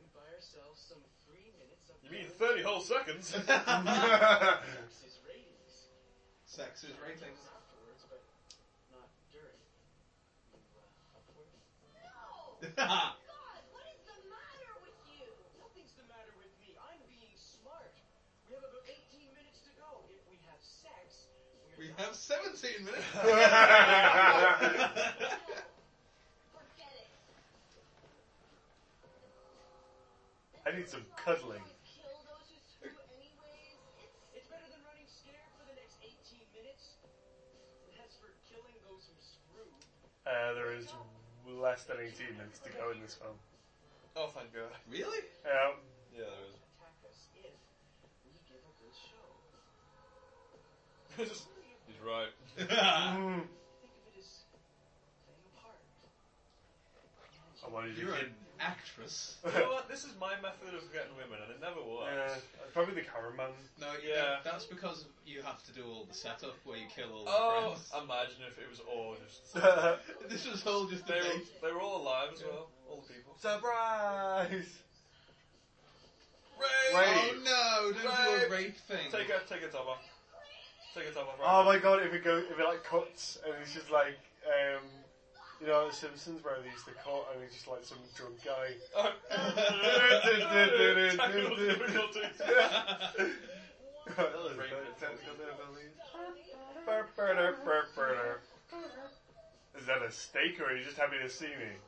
we buy ourselves some three minutes of You mean 30 whole seconds? Sex is ratings. Sex is ratings. Afterwards, but not during. You, uh, afford me. No! God, what is the matter with you? Nothing's the matter with me. I'm being smart. We have about 18 minutes to go. If we have sex, we're we done. have 17 minutes. No. Forget it. I need some cuddling. Kill those who screw anyways. It's It's better than running scared for the next 18 minutes. And as for killing those who screw, Uh, there is less than 18 minutes to go in this film. oh, thank God. really? Yeah. Yeah, attack us if we give a good show. there is. Just- He's right. Mm. Think of it as playing a part. I wanted you You're to an actress. you know what? This is my method of getting women, and it never works. Yeah, probably the cameraman. No, you Yeah. don't- that's because you have to do all the setup where you kill all the Oh, friends. imagine if it was all just. This was all just a They were, date. they were all alive as well, all the people. Surprise! Ray! Rape. Oh no, don't do Rape. a rape thing. Take a, take a top off. Take a top off, Oh right? my god, if it go, if it like cuts and it's just like, um, you know, The Simpsons where they used to cut and it's just like some drunk guy. Oh. Tackle difficulties. That was Rape. very technical difficulties. Burr, burr, burr, burr. Is that a steak or are you just happy to see me?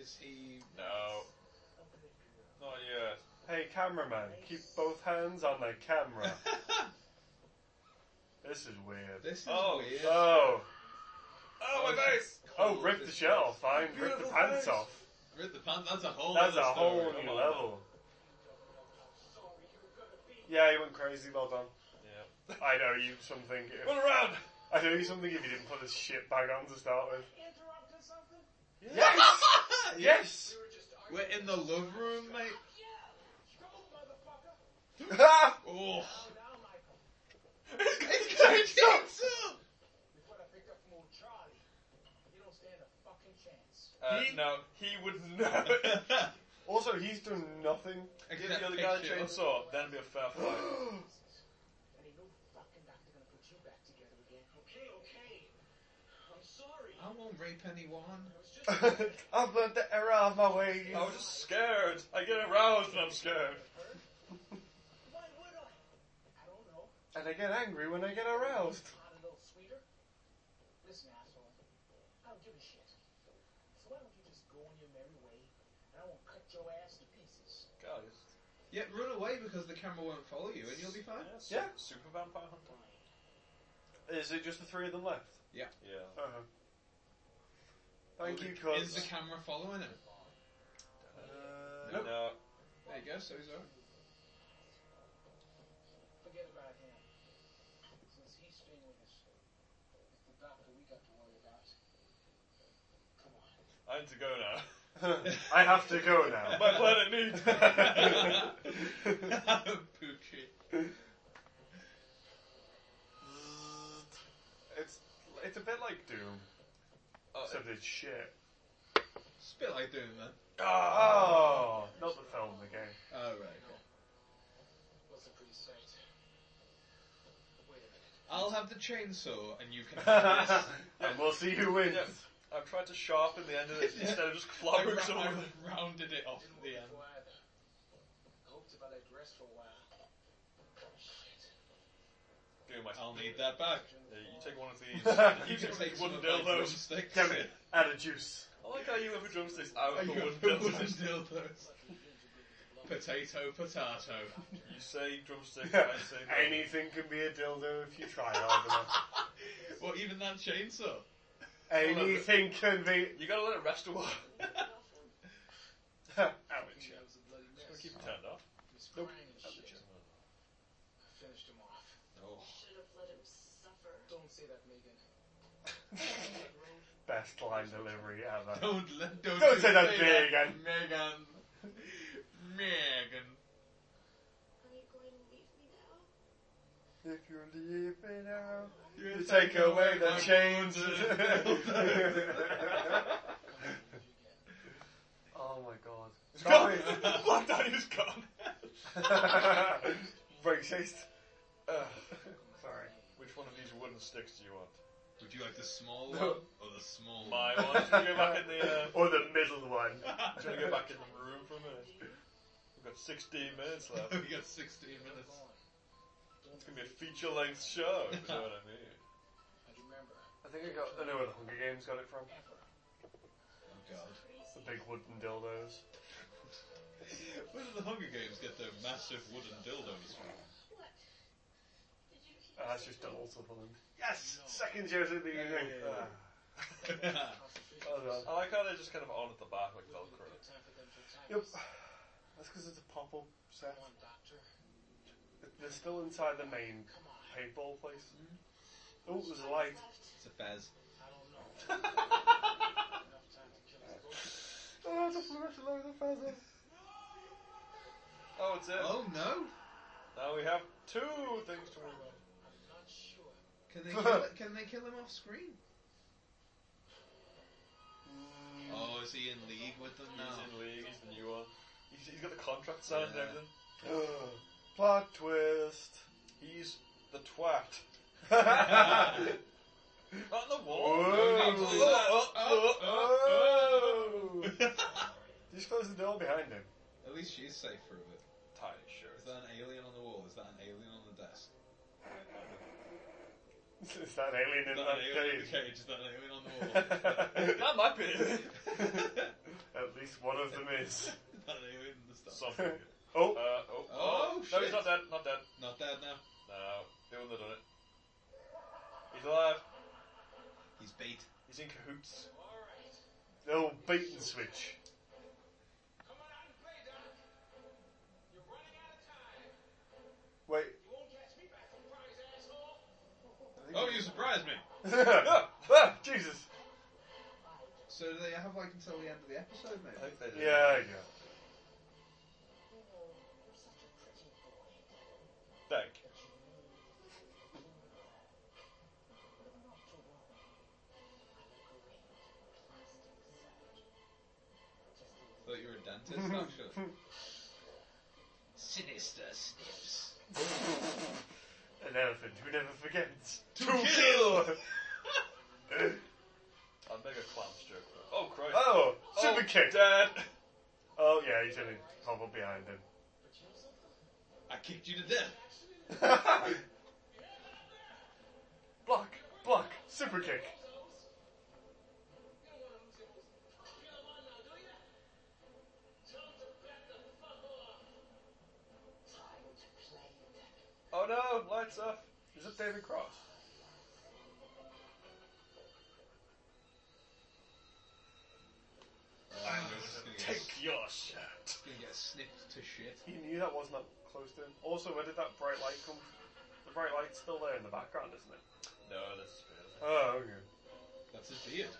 Is he? No. Not yet. Hey, cameraman, keep both hands on the camera. this is weird. this is Oh, weird. Oh, Oh my face! oh, rip the shell. shelf. Fine, rip the Beautiful pants face. off. Rip the pants. That's a whole. That's a other whole story. new Come on. level. Yeah, he went crazy. Well done. Yeah. I know you something. If, Run around! I know you something if you didn't put this shit back on to start with. Interrupted something? Yes, yes. We're in the love room, mate. Go, motherfucker! Oh, Oh, now, Michael. it's going to Before I pick up from old Charlie, you don't stand a fucking chance. Uh, He- no, he would never. also, he's done nothing. Give the other guy a chainsaw, that'd be a fair fight. And ain't no fucking doctor gonna put you back together again. Okay, okay. I'm sorry. I won't rape anyone. I was just I've learned the error of my ways. I was just scared. I get aroused when I'm scared. Why would I? I don't know. And I get angry when I get aroused. I don't know, sweeter. Listen, asshole. I don't give a shit. So why don't you just go on your merry way, and I won't cut your ass to pieces. God, Yeah, run away because the camera won't follow you and you'll be fine. he's Yeah. super vampire hunter. Is it just the three of them left? Yeah. Uh huh. Thank you, Or the- Is cuz. the camera following him? Uh, No. nope. There you go, so he's alright. Forget about him. Since he's staying with us, it's the doctor we got to worry about. Come on. I need to go now. I have to go now. My planet needs. Poochie. it's it's a bit like Doom, Oh, except it's shit. It's a bit like doing that. Oh, not the film, the game. Oh, right. okay. That's a pretty sight. Wait a minute. I'll have the chainsaw and you can have this. and we'll see who wins. yeah, I've tried to sharpen the end of it Yeah. instead of just I, clobbering ra- someone. I rounded it off at the end. before either. I hoped if I let it rest for a while. Shit. Give me my. I'll need that back. Yeah, you take one of these. you can take one take some of these wooden of my dildos. drumsticks. Damn it, add a juice. I like how you have your drumsticks out I of the got wooden wooden dildos. dildos. Potato, potato. You say drumstick, I say dildo. Anything can be a dildo if you try hard enough. Well, even that chainsaw. Anything can be. You gotta let it rest a while. Ouch. That was a bloody mess. Keep it turned off. He was crying and shit. I finished him off. Oh. Should have let him suffer. Don't say that, Megan. Best line delivery ever. Don't let don't, Don't you say that, Megan. Megan. Megan. Are you going to leave me If you leave now? me now, You, you take away the my chains. dildos. oh my god. Sorry. Black Dahlia's gone. Racist. Ugh. Sorry. Which one of these wooden sticks do you want? Would you like the small No. one or the small My one? one. Should we go back in the? Uh, Or the middle one. do you want to go back in the room for a minute? We've got 16 minutes left. we got 16 minutes. It's gonna be a feature-length show. if You know what I mean? And remember, I think I got. I know where the Hunger Games got it from. ever. Oh god. The big wooden dildos. Where did the Hunger Games get their massive wooden dildos from? What? Did you hear Uh, that's just something? doubles up on them. Yes! Second shows at the Yeah, evening. yeah, yeah. Ah, well done. I like how they're just kind of on at the back like Velcro. Time for them to attack Yep. us. That's because it's a pop-up set. Come on, doctor. They're still inside the main Come on. paintball place. Oh, there's a light. It's a fez. I don't know. Enough time to kill us both. Oh, it's a fluorescent light with a feather. Oh, it's it. Oh no! Now we have two things to worry about. I'm not sure. Can they kill, can they kill him off screen? Oh, is he in league with them now? He's in league. He's the new one. He's, he's got the contract signed Yeah. and everything. Plot twist. He's the twat. Not on the No wall. need to do Whoa. that. Oh, oh, Oh. Just close the door behind him. At least she's safe for a bit. Tiny Is shirt. that an alien on the wall? Is that an alien on the desk? Is that alien in Is that an that alien in the cage? cage? Is that an alien on the wall? That might be. it. uh, At least one of them is. I don't even understand. Something. Oh, Uh, oh, Oh, no, shit. he's not dead. Not dead. Not dead now. No, they wouldn't have done it. He's alive. He's beat. He's in cahoots. oh, bait and switch. Come on out and play, Doc. You're running out of time. Wait. You won't catch me back from prize, asshole. Oh, you surprised me. ah, Jesus. So do they have like until the end of the episode, I maybe? think they did. Yeah, yeah. Thank. Thought you were a dentist, actually. Sinister snips. An elephant who never forgets. To kill! I'll make a clamps joke. but- Oh Christ. oh, Oh, super kick. Dead. Oh, yeah, he's in a hobble behind him. I kicked you to death. block, block, super kick. Oh no, lights off. Is it David Cross? I know it's gonna get, it's Take your shirt. gonna get snipped to shit. He knew that wasn't that close to him. Also, where did that bright light come from? The bright light's still there in the background, isn't it? No, that's fair. Oh, okay. That's his beard.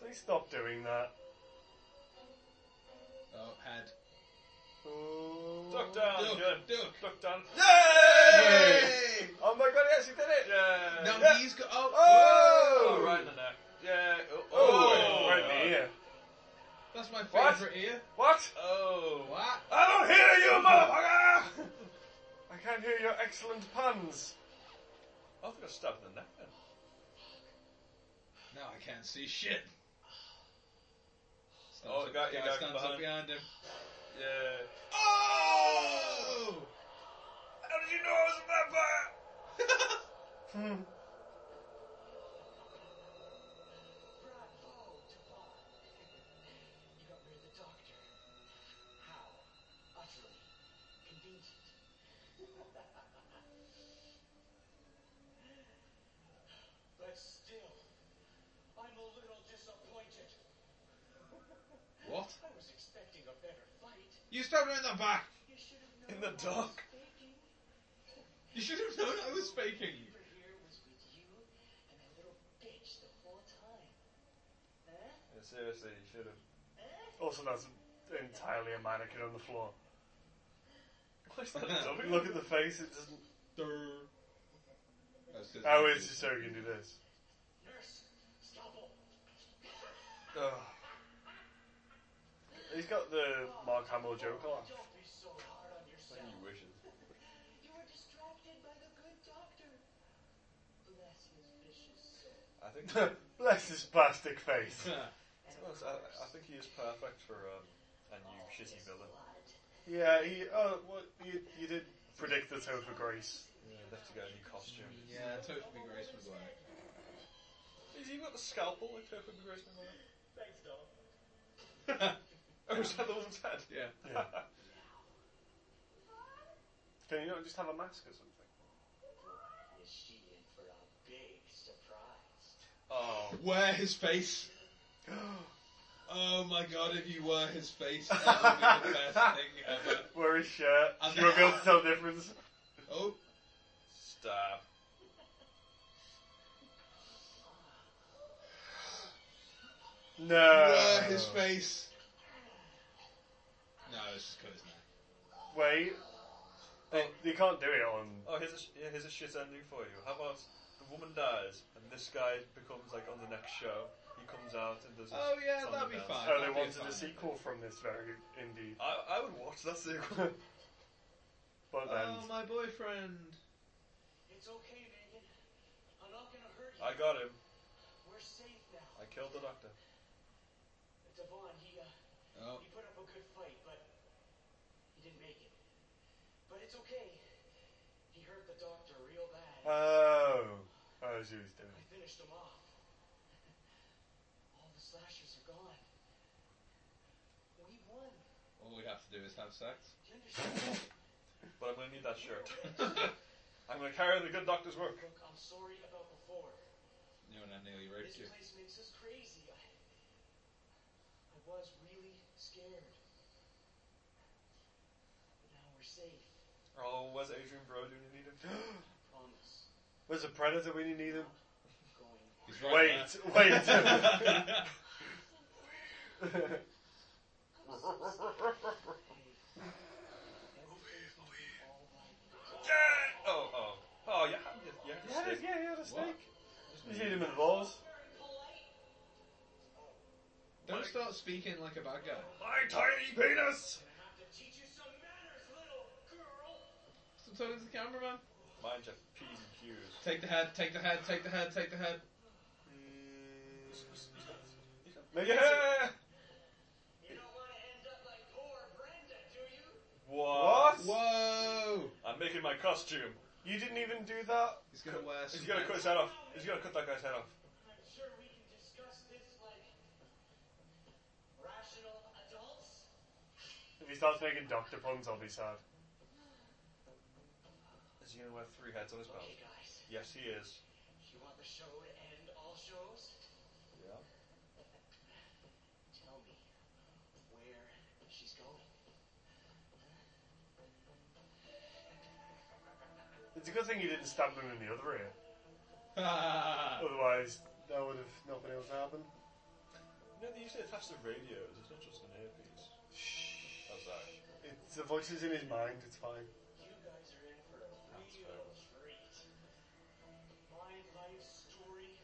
Please stop doing that. Oh, head. Oh. Duck down. Duck, Good. duck. Duck down. Yay! Oh my god, he actually did it! Yeah. Now Yeah. he's got. Oh! Oh! Oh, right in the neck. Yeah. Oh. Oh, oh. right in the ear. That's my What? favourite ear. What? Oh. What? I don't hear you, motherfucker! I can't hear your excellent puns. I think I stabbed in the neck then. Now I can't see shit. Stands Oh, up- the guy- the guy stands behind. up behind him. Yeah. Oh! How did you know I was a vampire? Hmm. Bravo, Jafar. You got rid of the doctor. How? Utterly convenient. but still, I'm a little disappointed. What? I was expecting a better fight. You stabbed him in the back! You should In have known. the I was dark. faking. You should have known I was faking. Over here was with you and that little bitch the whole time. Huh? yeah. Seriously, you should have. Huh? Also, that's entirely a mannequin on the floor. What's that? a dummy? Look at the face, it doesn't. Durr. That was 'cause- Oh, it's just so we can do this. Nurse, scalpel. Ugh. He's got the Mark Hamill joke on. Don't be so hard on yourself. You wish it. You were distracted by the good doctor. Bless his vicious soul. I think. to Bless his plastic face. be honest, I, I think he is perfect for um, a new shitty villain. Yeah, he. Oh, what? You, you did predict the toe for Grace. Yeah. They have to get a new costume. yeah, totally Grace McGuire. Has he got the scalpel like Topher Grace Memorial? Thanks, Doc. Oh, is that the one's head? Yeah. Yeah. Can you not just have a mask or something? Is she in for a big surprise? Oh. Wear his face. Oh my god, if you wear his face, that would be the best thing ever. Wear his shirt. I'm- You won't be able to tell the difference. Oh, Stab. No. wear his face. No, it's just cut his neck. Wait. They, they can't do it on. Oh, here's a, sh- yeah, here's a shit ending for you. How about the woman dies and this guy becomes like on the next show? He comes out and does. his Oh, yeah, song that'd be and dance. fine. Oh, they that'd be wanted fine. a sequel from this very indeed. I, I would watch that sequel. But then, Oh, my boyfriend. It's okay, Megan. I'm not gonna hurt you. I got him. We're safe now. I killed the doctor. Devon, he uh, Oh, He put up a good fight, but he didn't make it. But it's okay. He hurt the doctor Uh. real bad. oh, oh, she was doing. I finished him off. slashers are gone. We won. All we have to do is have sex. Do you understand? But I'm going to need that shirt. I'm going to carry the good doctor's work. Look, I'm sorry about before. you and I nearly raped This you. place makes us crazy. I, I was really scared. But now we're safe. Oh, where's Adrian Brody when you need him? I promise. Where's the predator when you need him? I'm going. He's Wait, wait. right there. Hey. Everything's gonna be all right. Oh, oh. Oh, you had, you, you yeah, had yeah, to yeah, yeah, the snake. You hit What? him in the balls. Don't start speaking like a bad guy. My tiny penis! have to teach you some manners, little girl. Stop talking to the cameraman. Mine's just P's and Q's. Take the head, take the head, take the head, take the head. Mm. Make it hair! You don't want to end up like poor Brenda, do you? What? Whoa! I'm making my costume. You didn't even do that? He's gonna wear some. He's gonna cut his head off. He's gonna cut that guy's head off. I'm sure we can discuss this like rational adults. If he starts making doctor puns, I'll be sad. Is he gonna wear three heads on his belt? Okay, guys. Yes, he is. You want the show to end all shows? Yeah. Tell me where she's going. It's a good thing you didn't stab him in the other ear. Ah. Otherwise, that would have not been able to happen. No, they usually attach to radios. It's not just an earpiece. Oh, sorry. It's the voice is in his mind, it's fine. You guys are in for a real treat. My life story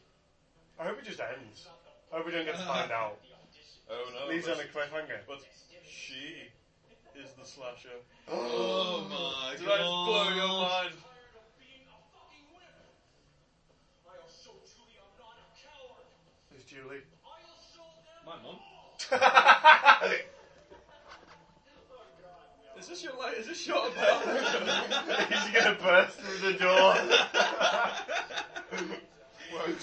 I hope it just ends. I hope we don't get to find out. the audition. Oh no. Leaves but- on a cliffhanger. But she is the slasher. Oh my Did god! I just blow your mind? Tired of being a fucking whip. I'll show Julie I'm not a coward. It's Julie. I'll show them. My mum. Oh God, no. Is this your light? Is this your bell? He's gonna burst through the door.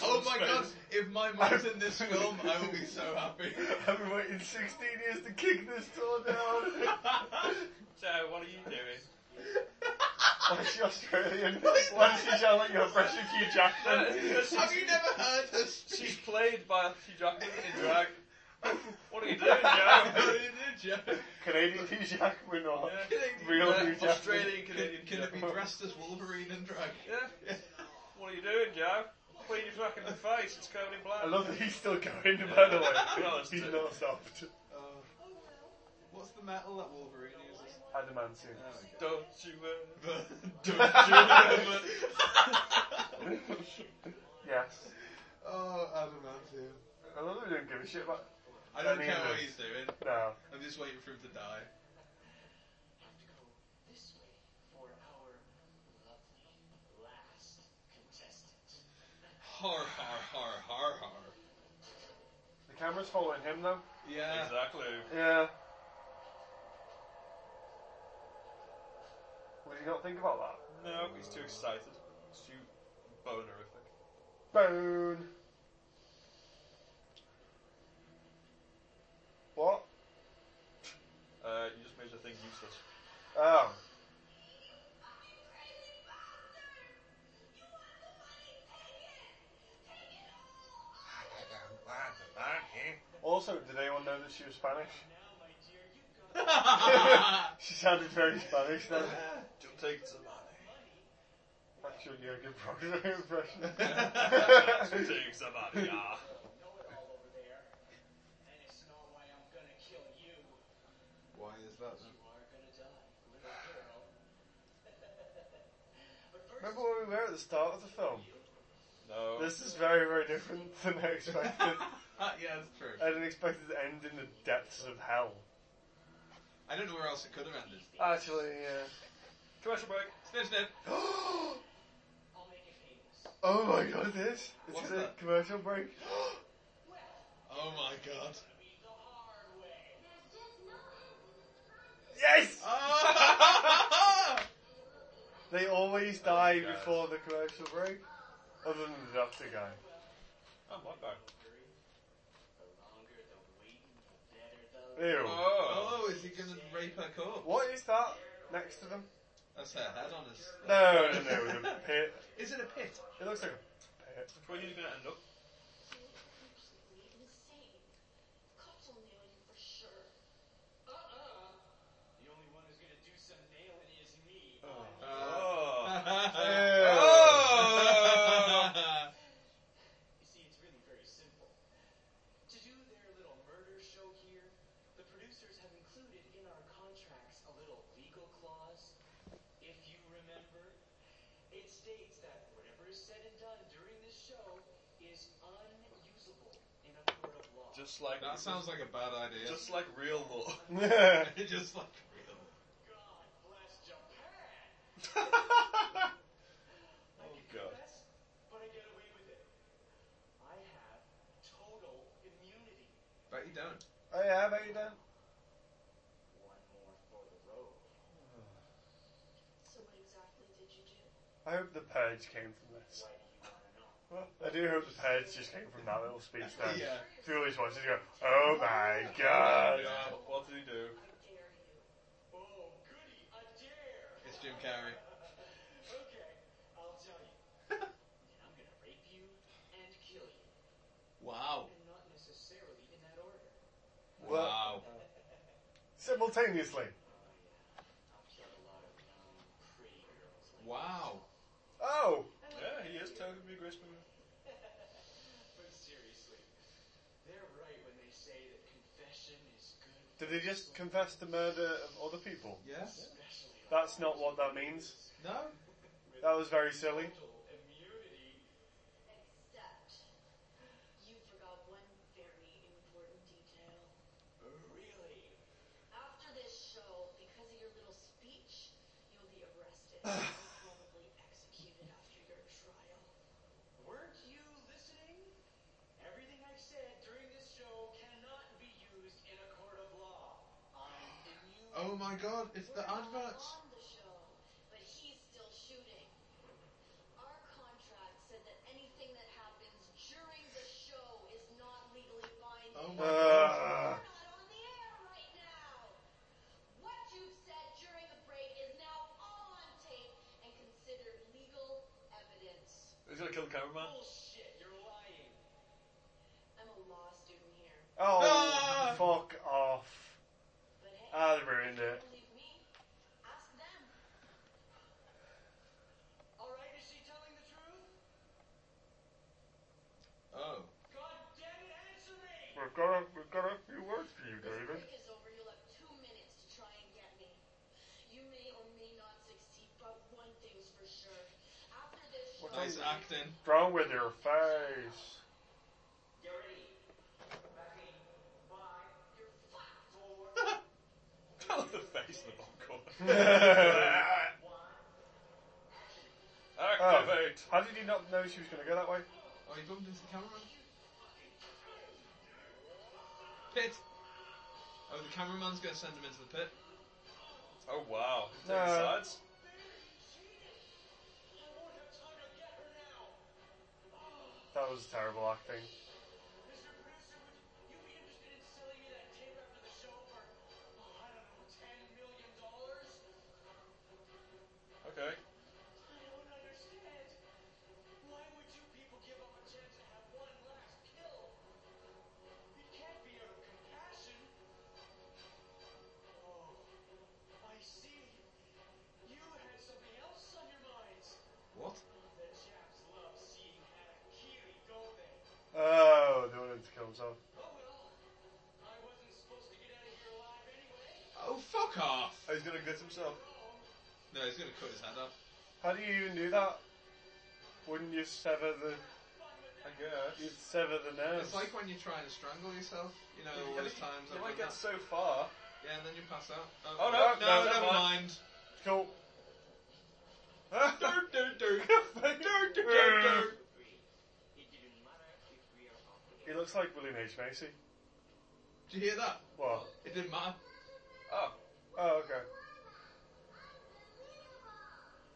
Oh my god! If my mum's in this film, I will be so happy. I've been waiting 16 years to kick this door down. so, what are you doing? Why is she Australian? Why does she sound like your fresh Hugh Jackman? Have you never heard her She's speak? played by Hugh Jackman in drag. What are you doing, Joe? Canadian Hugh Jackman or Yeah. real Yeah, Hugh Jackman? Australian Canadian Can it be Joe. dressed as Wolverine and drag? Yeah. What are you doing, Joe? What are you fucking in the face? It's covered in blood. I love that he's still going, by the way. No, it's he's true. not stopped. Oh. What's the metal that Wolverine uses? Adamantium. Don't you uh, Don't you remember? Yes. Oh, adamantium. I love that we don't give a shit about... I don't Don't care what either. he's doing. No. I'm just waiting for him to die. have to go this way for our lovely last contestant. Har har har har har. The camera's following him, though. Ah. Yeah. Exactly. Yeah. What do you not think about that? No, he's too excited. It's too bonerific. Bone. What? Uh, you just made the thing useless. Oh. Also, did anyone know that she was Spanish? Now, Oh, my dear, you got She sounded very Spanish then. Don't take the money. Actual Jurgen Proctor Don't impression. take the money. ah. know it all over there. And it's not why I'm gonna kill you. Why is that? You are gonna die, little girl. but first, Remember where we were at the start of the film? No. This is very, very different than I expected. Uh, yeah, that's true. I didn't expect it to end in the depths of hell. I don't know where else it could have ended. Actually, yeah. Commercial break. Snip snip. I'll make it famous. oh my god, this? This What's is a that? commercial break. Oh my god. Be the hard way. yes! Ah! They always die God. before the commercial break. Other than the doctor guy. Oh, my bad. Along Ew. Oh. Oh, is he gonna rape her corpse? What is that next to them? That's her head on his. No, no, no. The pit. Is it a pit? It looks like a pit. That's where he's going to end up. Completely insane. Kotal knew it for sure. Uh-uh. The only one who's gonna do some nailing is me. Uh. Uh. Oh. Oh. You see, it's really very simple. To do their little murder show here, the producers have included in our contracts a little legal clause. If you remember, it states that whatever is said and done during this show is unusable in a court of law. Just like that sounds like a bad idea. just like real law. Oh, just like real. God bless Japan! I Oh, can God. confess, but I get away with it. I have total immunity. Bet you don't. Oh yeah, I bet you don't. One more for the road. So what exactly did you do? I hope the purge came from this. Why do you want to know? I do hope the purge just came from that little speech then. Yeah. Through all these ones, you go, oh my god. Yeah, what did he do? I dare you. Oh, goody, a dare! It's Jim Carrey. okay, I'll tell you. and I'm gonna rape you and kill you. Wow. And not necessarily in that order. Well, Wow. simultaneously. I'll kill a lot of young, pretty girls like Wow. Oh, Yeah, he is Toby B. Grisman. But seriously, they're right when they say that confession is good. did he just confess to murder of other people? Yes. Especially That's not what that means. No. That was very silly. total immunity. Except you forgot one very important detail. Really? After this show, because of your little speech, you'll be arrested and probably executed after your trial. Weren't you listening? Everything I've said during this show cannot be used in a court of law. I'm immune. Oh my God! It's the We're not adverts. On the show, but he's still shooting. Our contract said that anything that happens during the show is not legally binding. Oh my God. Uh, We're not on the air right now. What you've said during the break is now all on tape and considered legal evidence. He's going to kill the cameraman. Bullshit, you're lying. I'm a law student here, Ah! oh, fuck off. but hey, Ah, I ruined it. believe me, ask them. Alright, is she telling the truth? Oh. God damn it, answer me! We've got a, we've got a few words for you, This David. break is over. You'll have two minutes to try and get me. You may or may not succeed, but one thing's for sure. After this show, What Nice acting. Wrong with your face. Get ready. Ready. Bye. You're fucked. Four. I love the face in the bottom corner. How Oh. Activate! did you not know she was going to go that way? Oh, he bumped into the cameraman. Pit. Oh, the cameraman's gonna send him into the pit. Oh, wow. Taking No. sides? I won't have time to get her now. That was terrible acting. Mr. Producer, would you be interested in selling me that tape after the show for, oh, I don't know, ten million dollars? Okay. I don't understand. Why would you people give up a chance to have one last kill? It can't be out of compassion. Oh, I see. You had something else on your minds. What? The chaps love seeing Harakiri, don't they? Oh, they wanted to kill himself. Oh well, I wasn't supposed to get out of here alive anyway. Oh, fuck off! Oh, he's going to gut himself. Wrong. No, he's gonna cut his head off. How do you even do that? Wouldn't you sever the I guess. you'd sever the nerves? It's like when you're trying to strangle yourself. You Uh, know, all those times. You I've might done get so far. that. Yeah, and then you pass out. Oh, no, no, no, never never mind. cool. Ah! Derp, derp, derp. Derp, derp, derp, he derp. It didn't matter if we are obligated. looks like William H Macy. Did you hear that? What? It didn't matter. Oh. Oh, okay.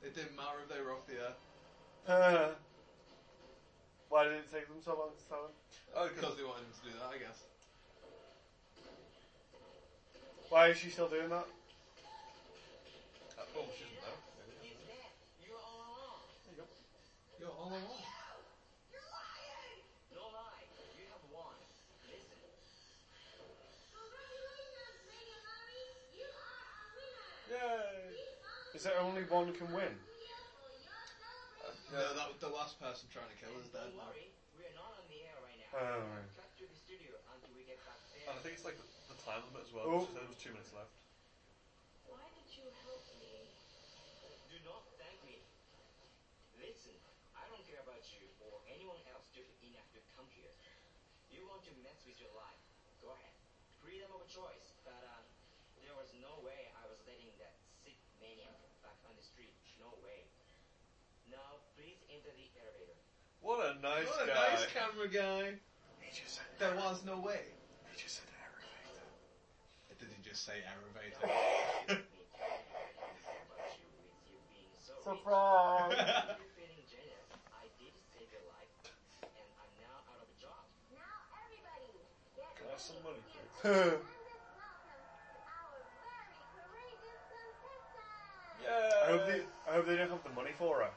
It didn't matter if they were off the air. Uh, why did it take them so long to tell him? Oh, Because they wanted him to do that, I guess. Why is she still doing that? Uh, oh, she doesn't know. Maybe. He's dead. You're all along. There you go. You're all alone. No lie. You have won. Listen. Yay! Is there only one can win? Uh, No, yeah. that was the last person trying to kill is And dead don't now. worry. We're not on the air right Oh, now. right. Cut through the studio until we get back And I there. think it's like the, the time limit as Oh. well. She said it was two minutes left. Why did you help me? Do not thank me. Listen, I don't care about you or anyone else stupid enough to come here. You want to mess with your life. Go ahead. Freedom of choice. But um, there was no way I was letting that sick maniac back on the street. No way. Now, please enter the elevator. What a nice What a guy. nice camera guy. He just said, There was no way. he just said elevator. Did he just say No, elevator? excuse me. I don't care about you with you being so rich. Surprise! If you're feeling jealous, I did save your life, and I'm now out of a job. Now everybody, get Can I have some money, please? And let's welcome our very courageous contestant. Yay! I hope they, I hope they don't have the money for her.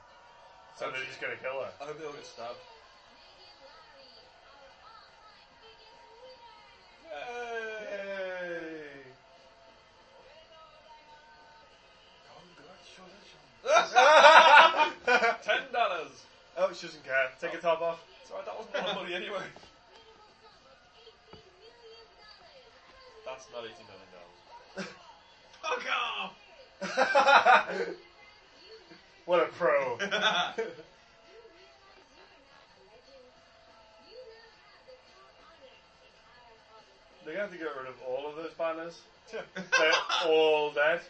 So they're just gonna kill her. I hope they all get stabbed. Megan Lowry, our all-time biggest Yay! winner. Yay! Ten dollars. oh, she doesn't care. Take a top off. Sorry, that wasn't a lot of money anyway. Incredible sum of $18 million. That's not eighteen million dollars. Fuck off! what a pro. You realize you are not a legend. You They're now have the top honor in our Hall of Fame. gonna have to get rid of all of those banners. They're all dead.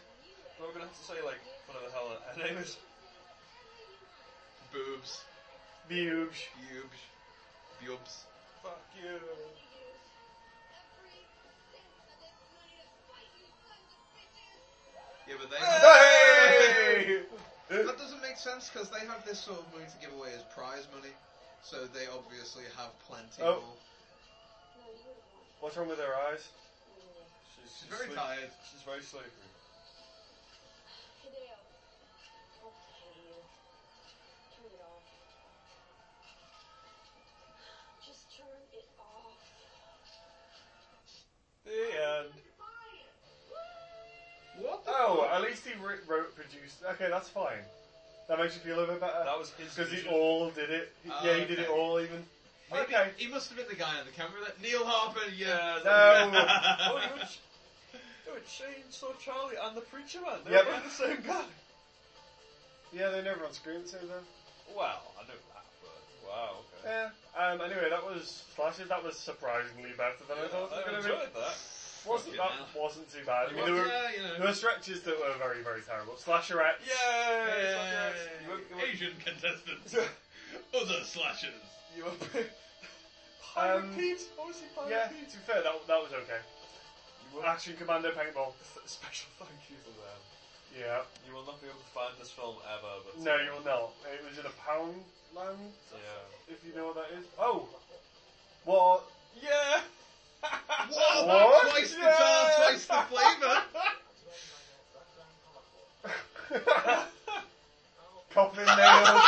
We're gonna have to say like whatever the hell her name is. Boobs. Huge. Boobs. Boobs. Fuck you. Yeah, but they. Hey! That doesn't make sense because they have this sort of money to give away as prize money, so they obviously have plenty Oh. more. What's wrong with their eyes? She's, She's very sleep- tired. She's very sleepy. Just turn it off. The end. What? Oh, at least he wrote, wrote produced. Okay, that's fine. That makes you feel a bit better. That was his. Because he vision. all did it. He- Ah, yeah, he did it okay. all even. Maybe Okay. he must have been the guy on the camera. That Neil Harper. Yeah. No. Oh, you would. You would change so Charlie and the preacher man. They Yep. were both the same guy. Yeah, they never on screen, so though. Well, I know that, but wow. Okay. Yeah. Um, anyway, that was Slashes. That was surprisingly better than I thought it was I going to be. enjoyed that. Wasn't, that Fucking hell. wasn't too bad. I mean, Well, there were, yeah, you know. there were stretches that were very, very terrible. Slasherette. Yay! You won't- you Yay. won't- Asian contestants. Other slashers. You won't be- Pirate Um, Pete? What was he, Pirate Yeah, Uh, to Pete? be fair, that, that was okay. You will, Action Commando Paintball. special thank you to them. Yeah. You will not be able to find this film ever, but... No, you will not. It was in a pound land, Yeah. if you know what that is. Oh! What? Yeah! Whoa! What? Oh, Twice the Yeah. tar, twice the flavour. Coffin nails,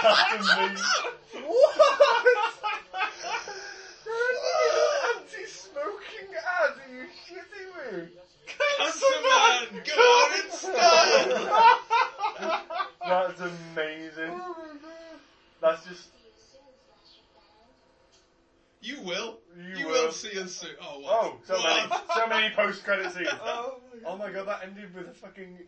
custom beef. What? Anti-smoking ad? Are you shitting me? Custom man, go on and stun. That's amazing. That's just See you soon, Slasher Band. You will. you. You were- will see us soon. Oh, what? Oh, so many, What? so many post-credit scenes. Oh my Oh my god, that ended with a fucking.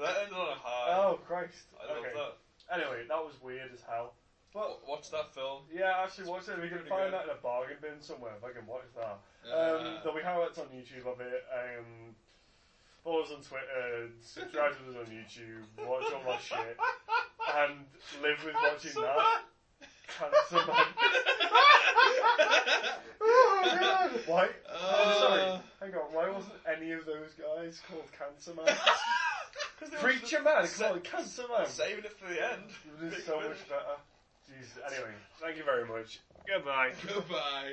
That ended on a high. Oh Christ. I love Okay. that. Anyway, that was weird as hell. But W- Watch that film. yeah, I actually watch it. We can Pretty find good. that in a bargain bin somewhere if I can watch that. Um, Uh, there'll be highlights on YouTube of it. Um, follow us on Twitter, subscribe to us on YouTube, watch all my shit, and live with watching that. Handsome man. oh god! Why? I'm sorry. Uh. Hang on. Why wasn't any of those guys called Cancer Man? Preacher Man. Come on, Cancer Man. Saving it for the end. This is so much better. Jeez. Anyway, thank you very much. Goodbye. Goodbye.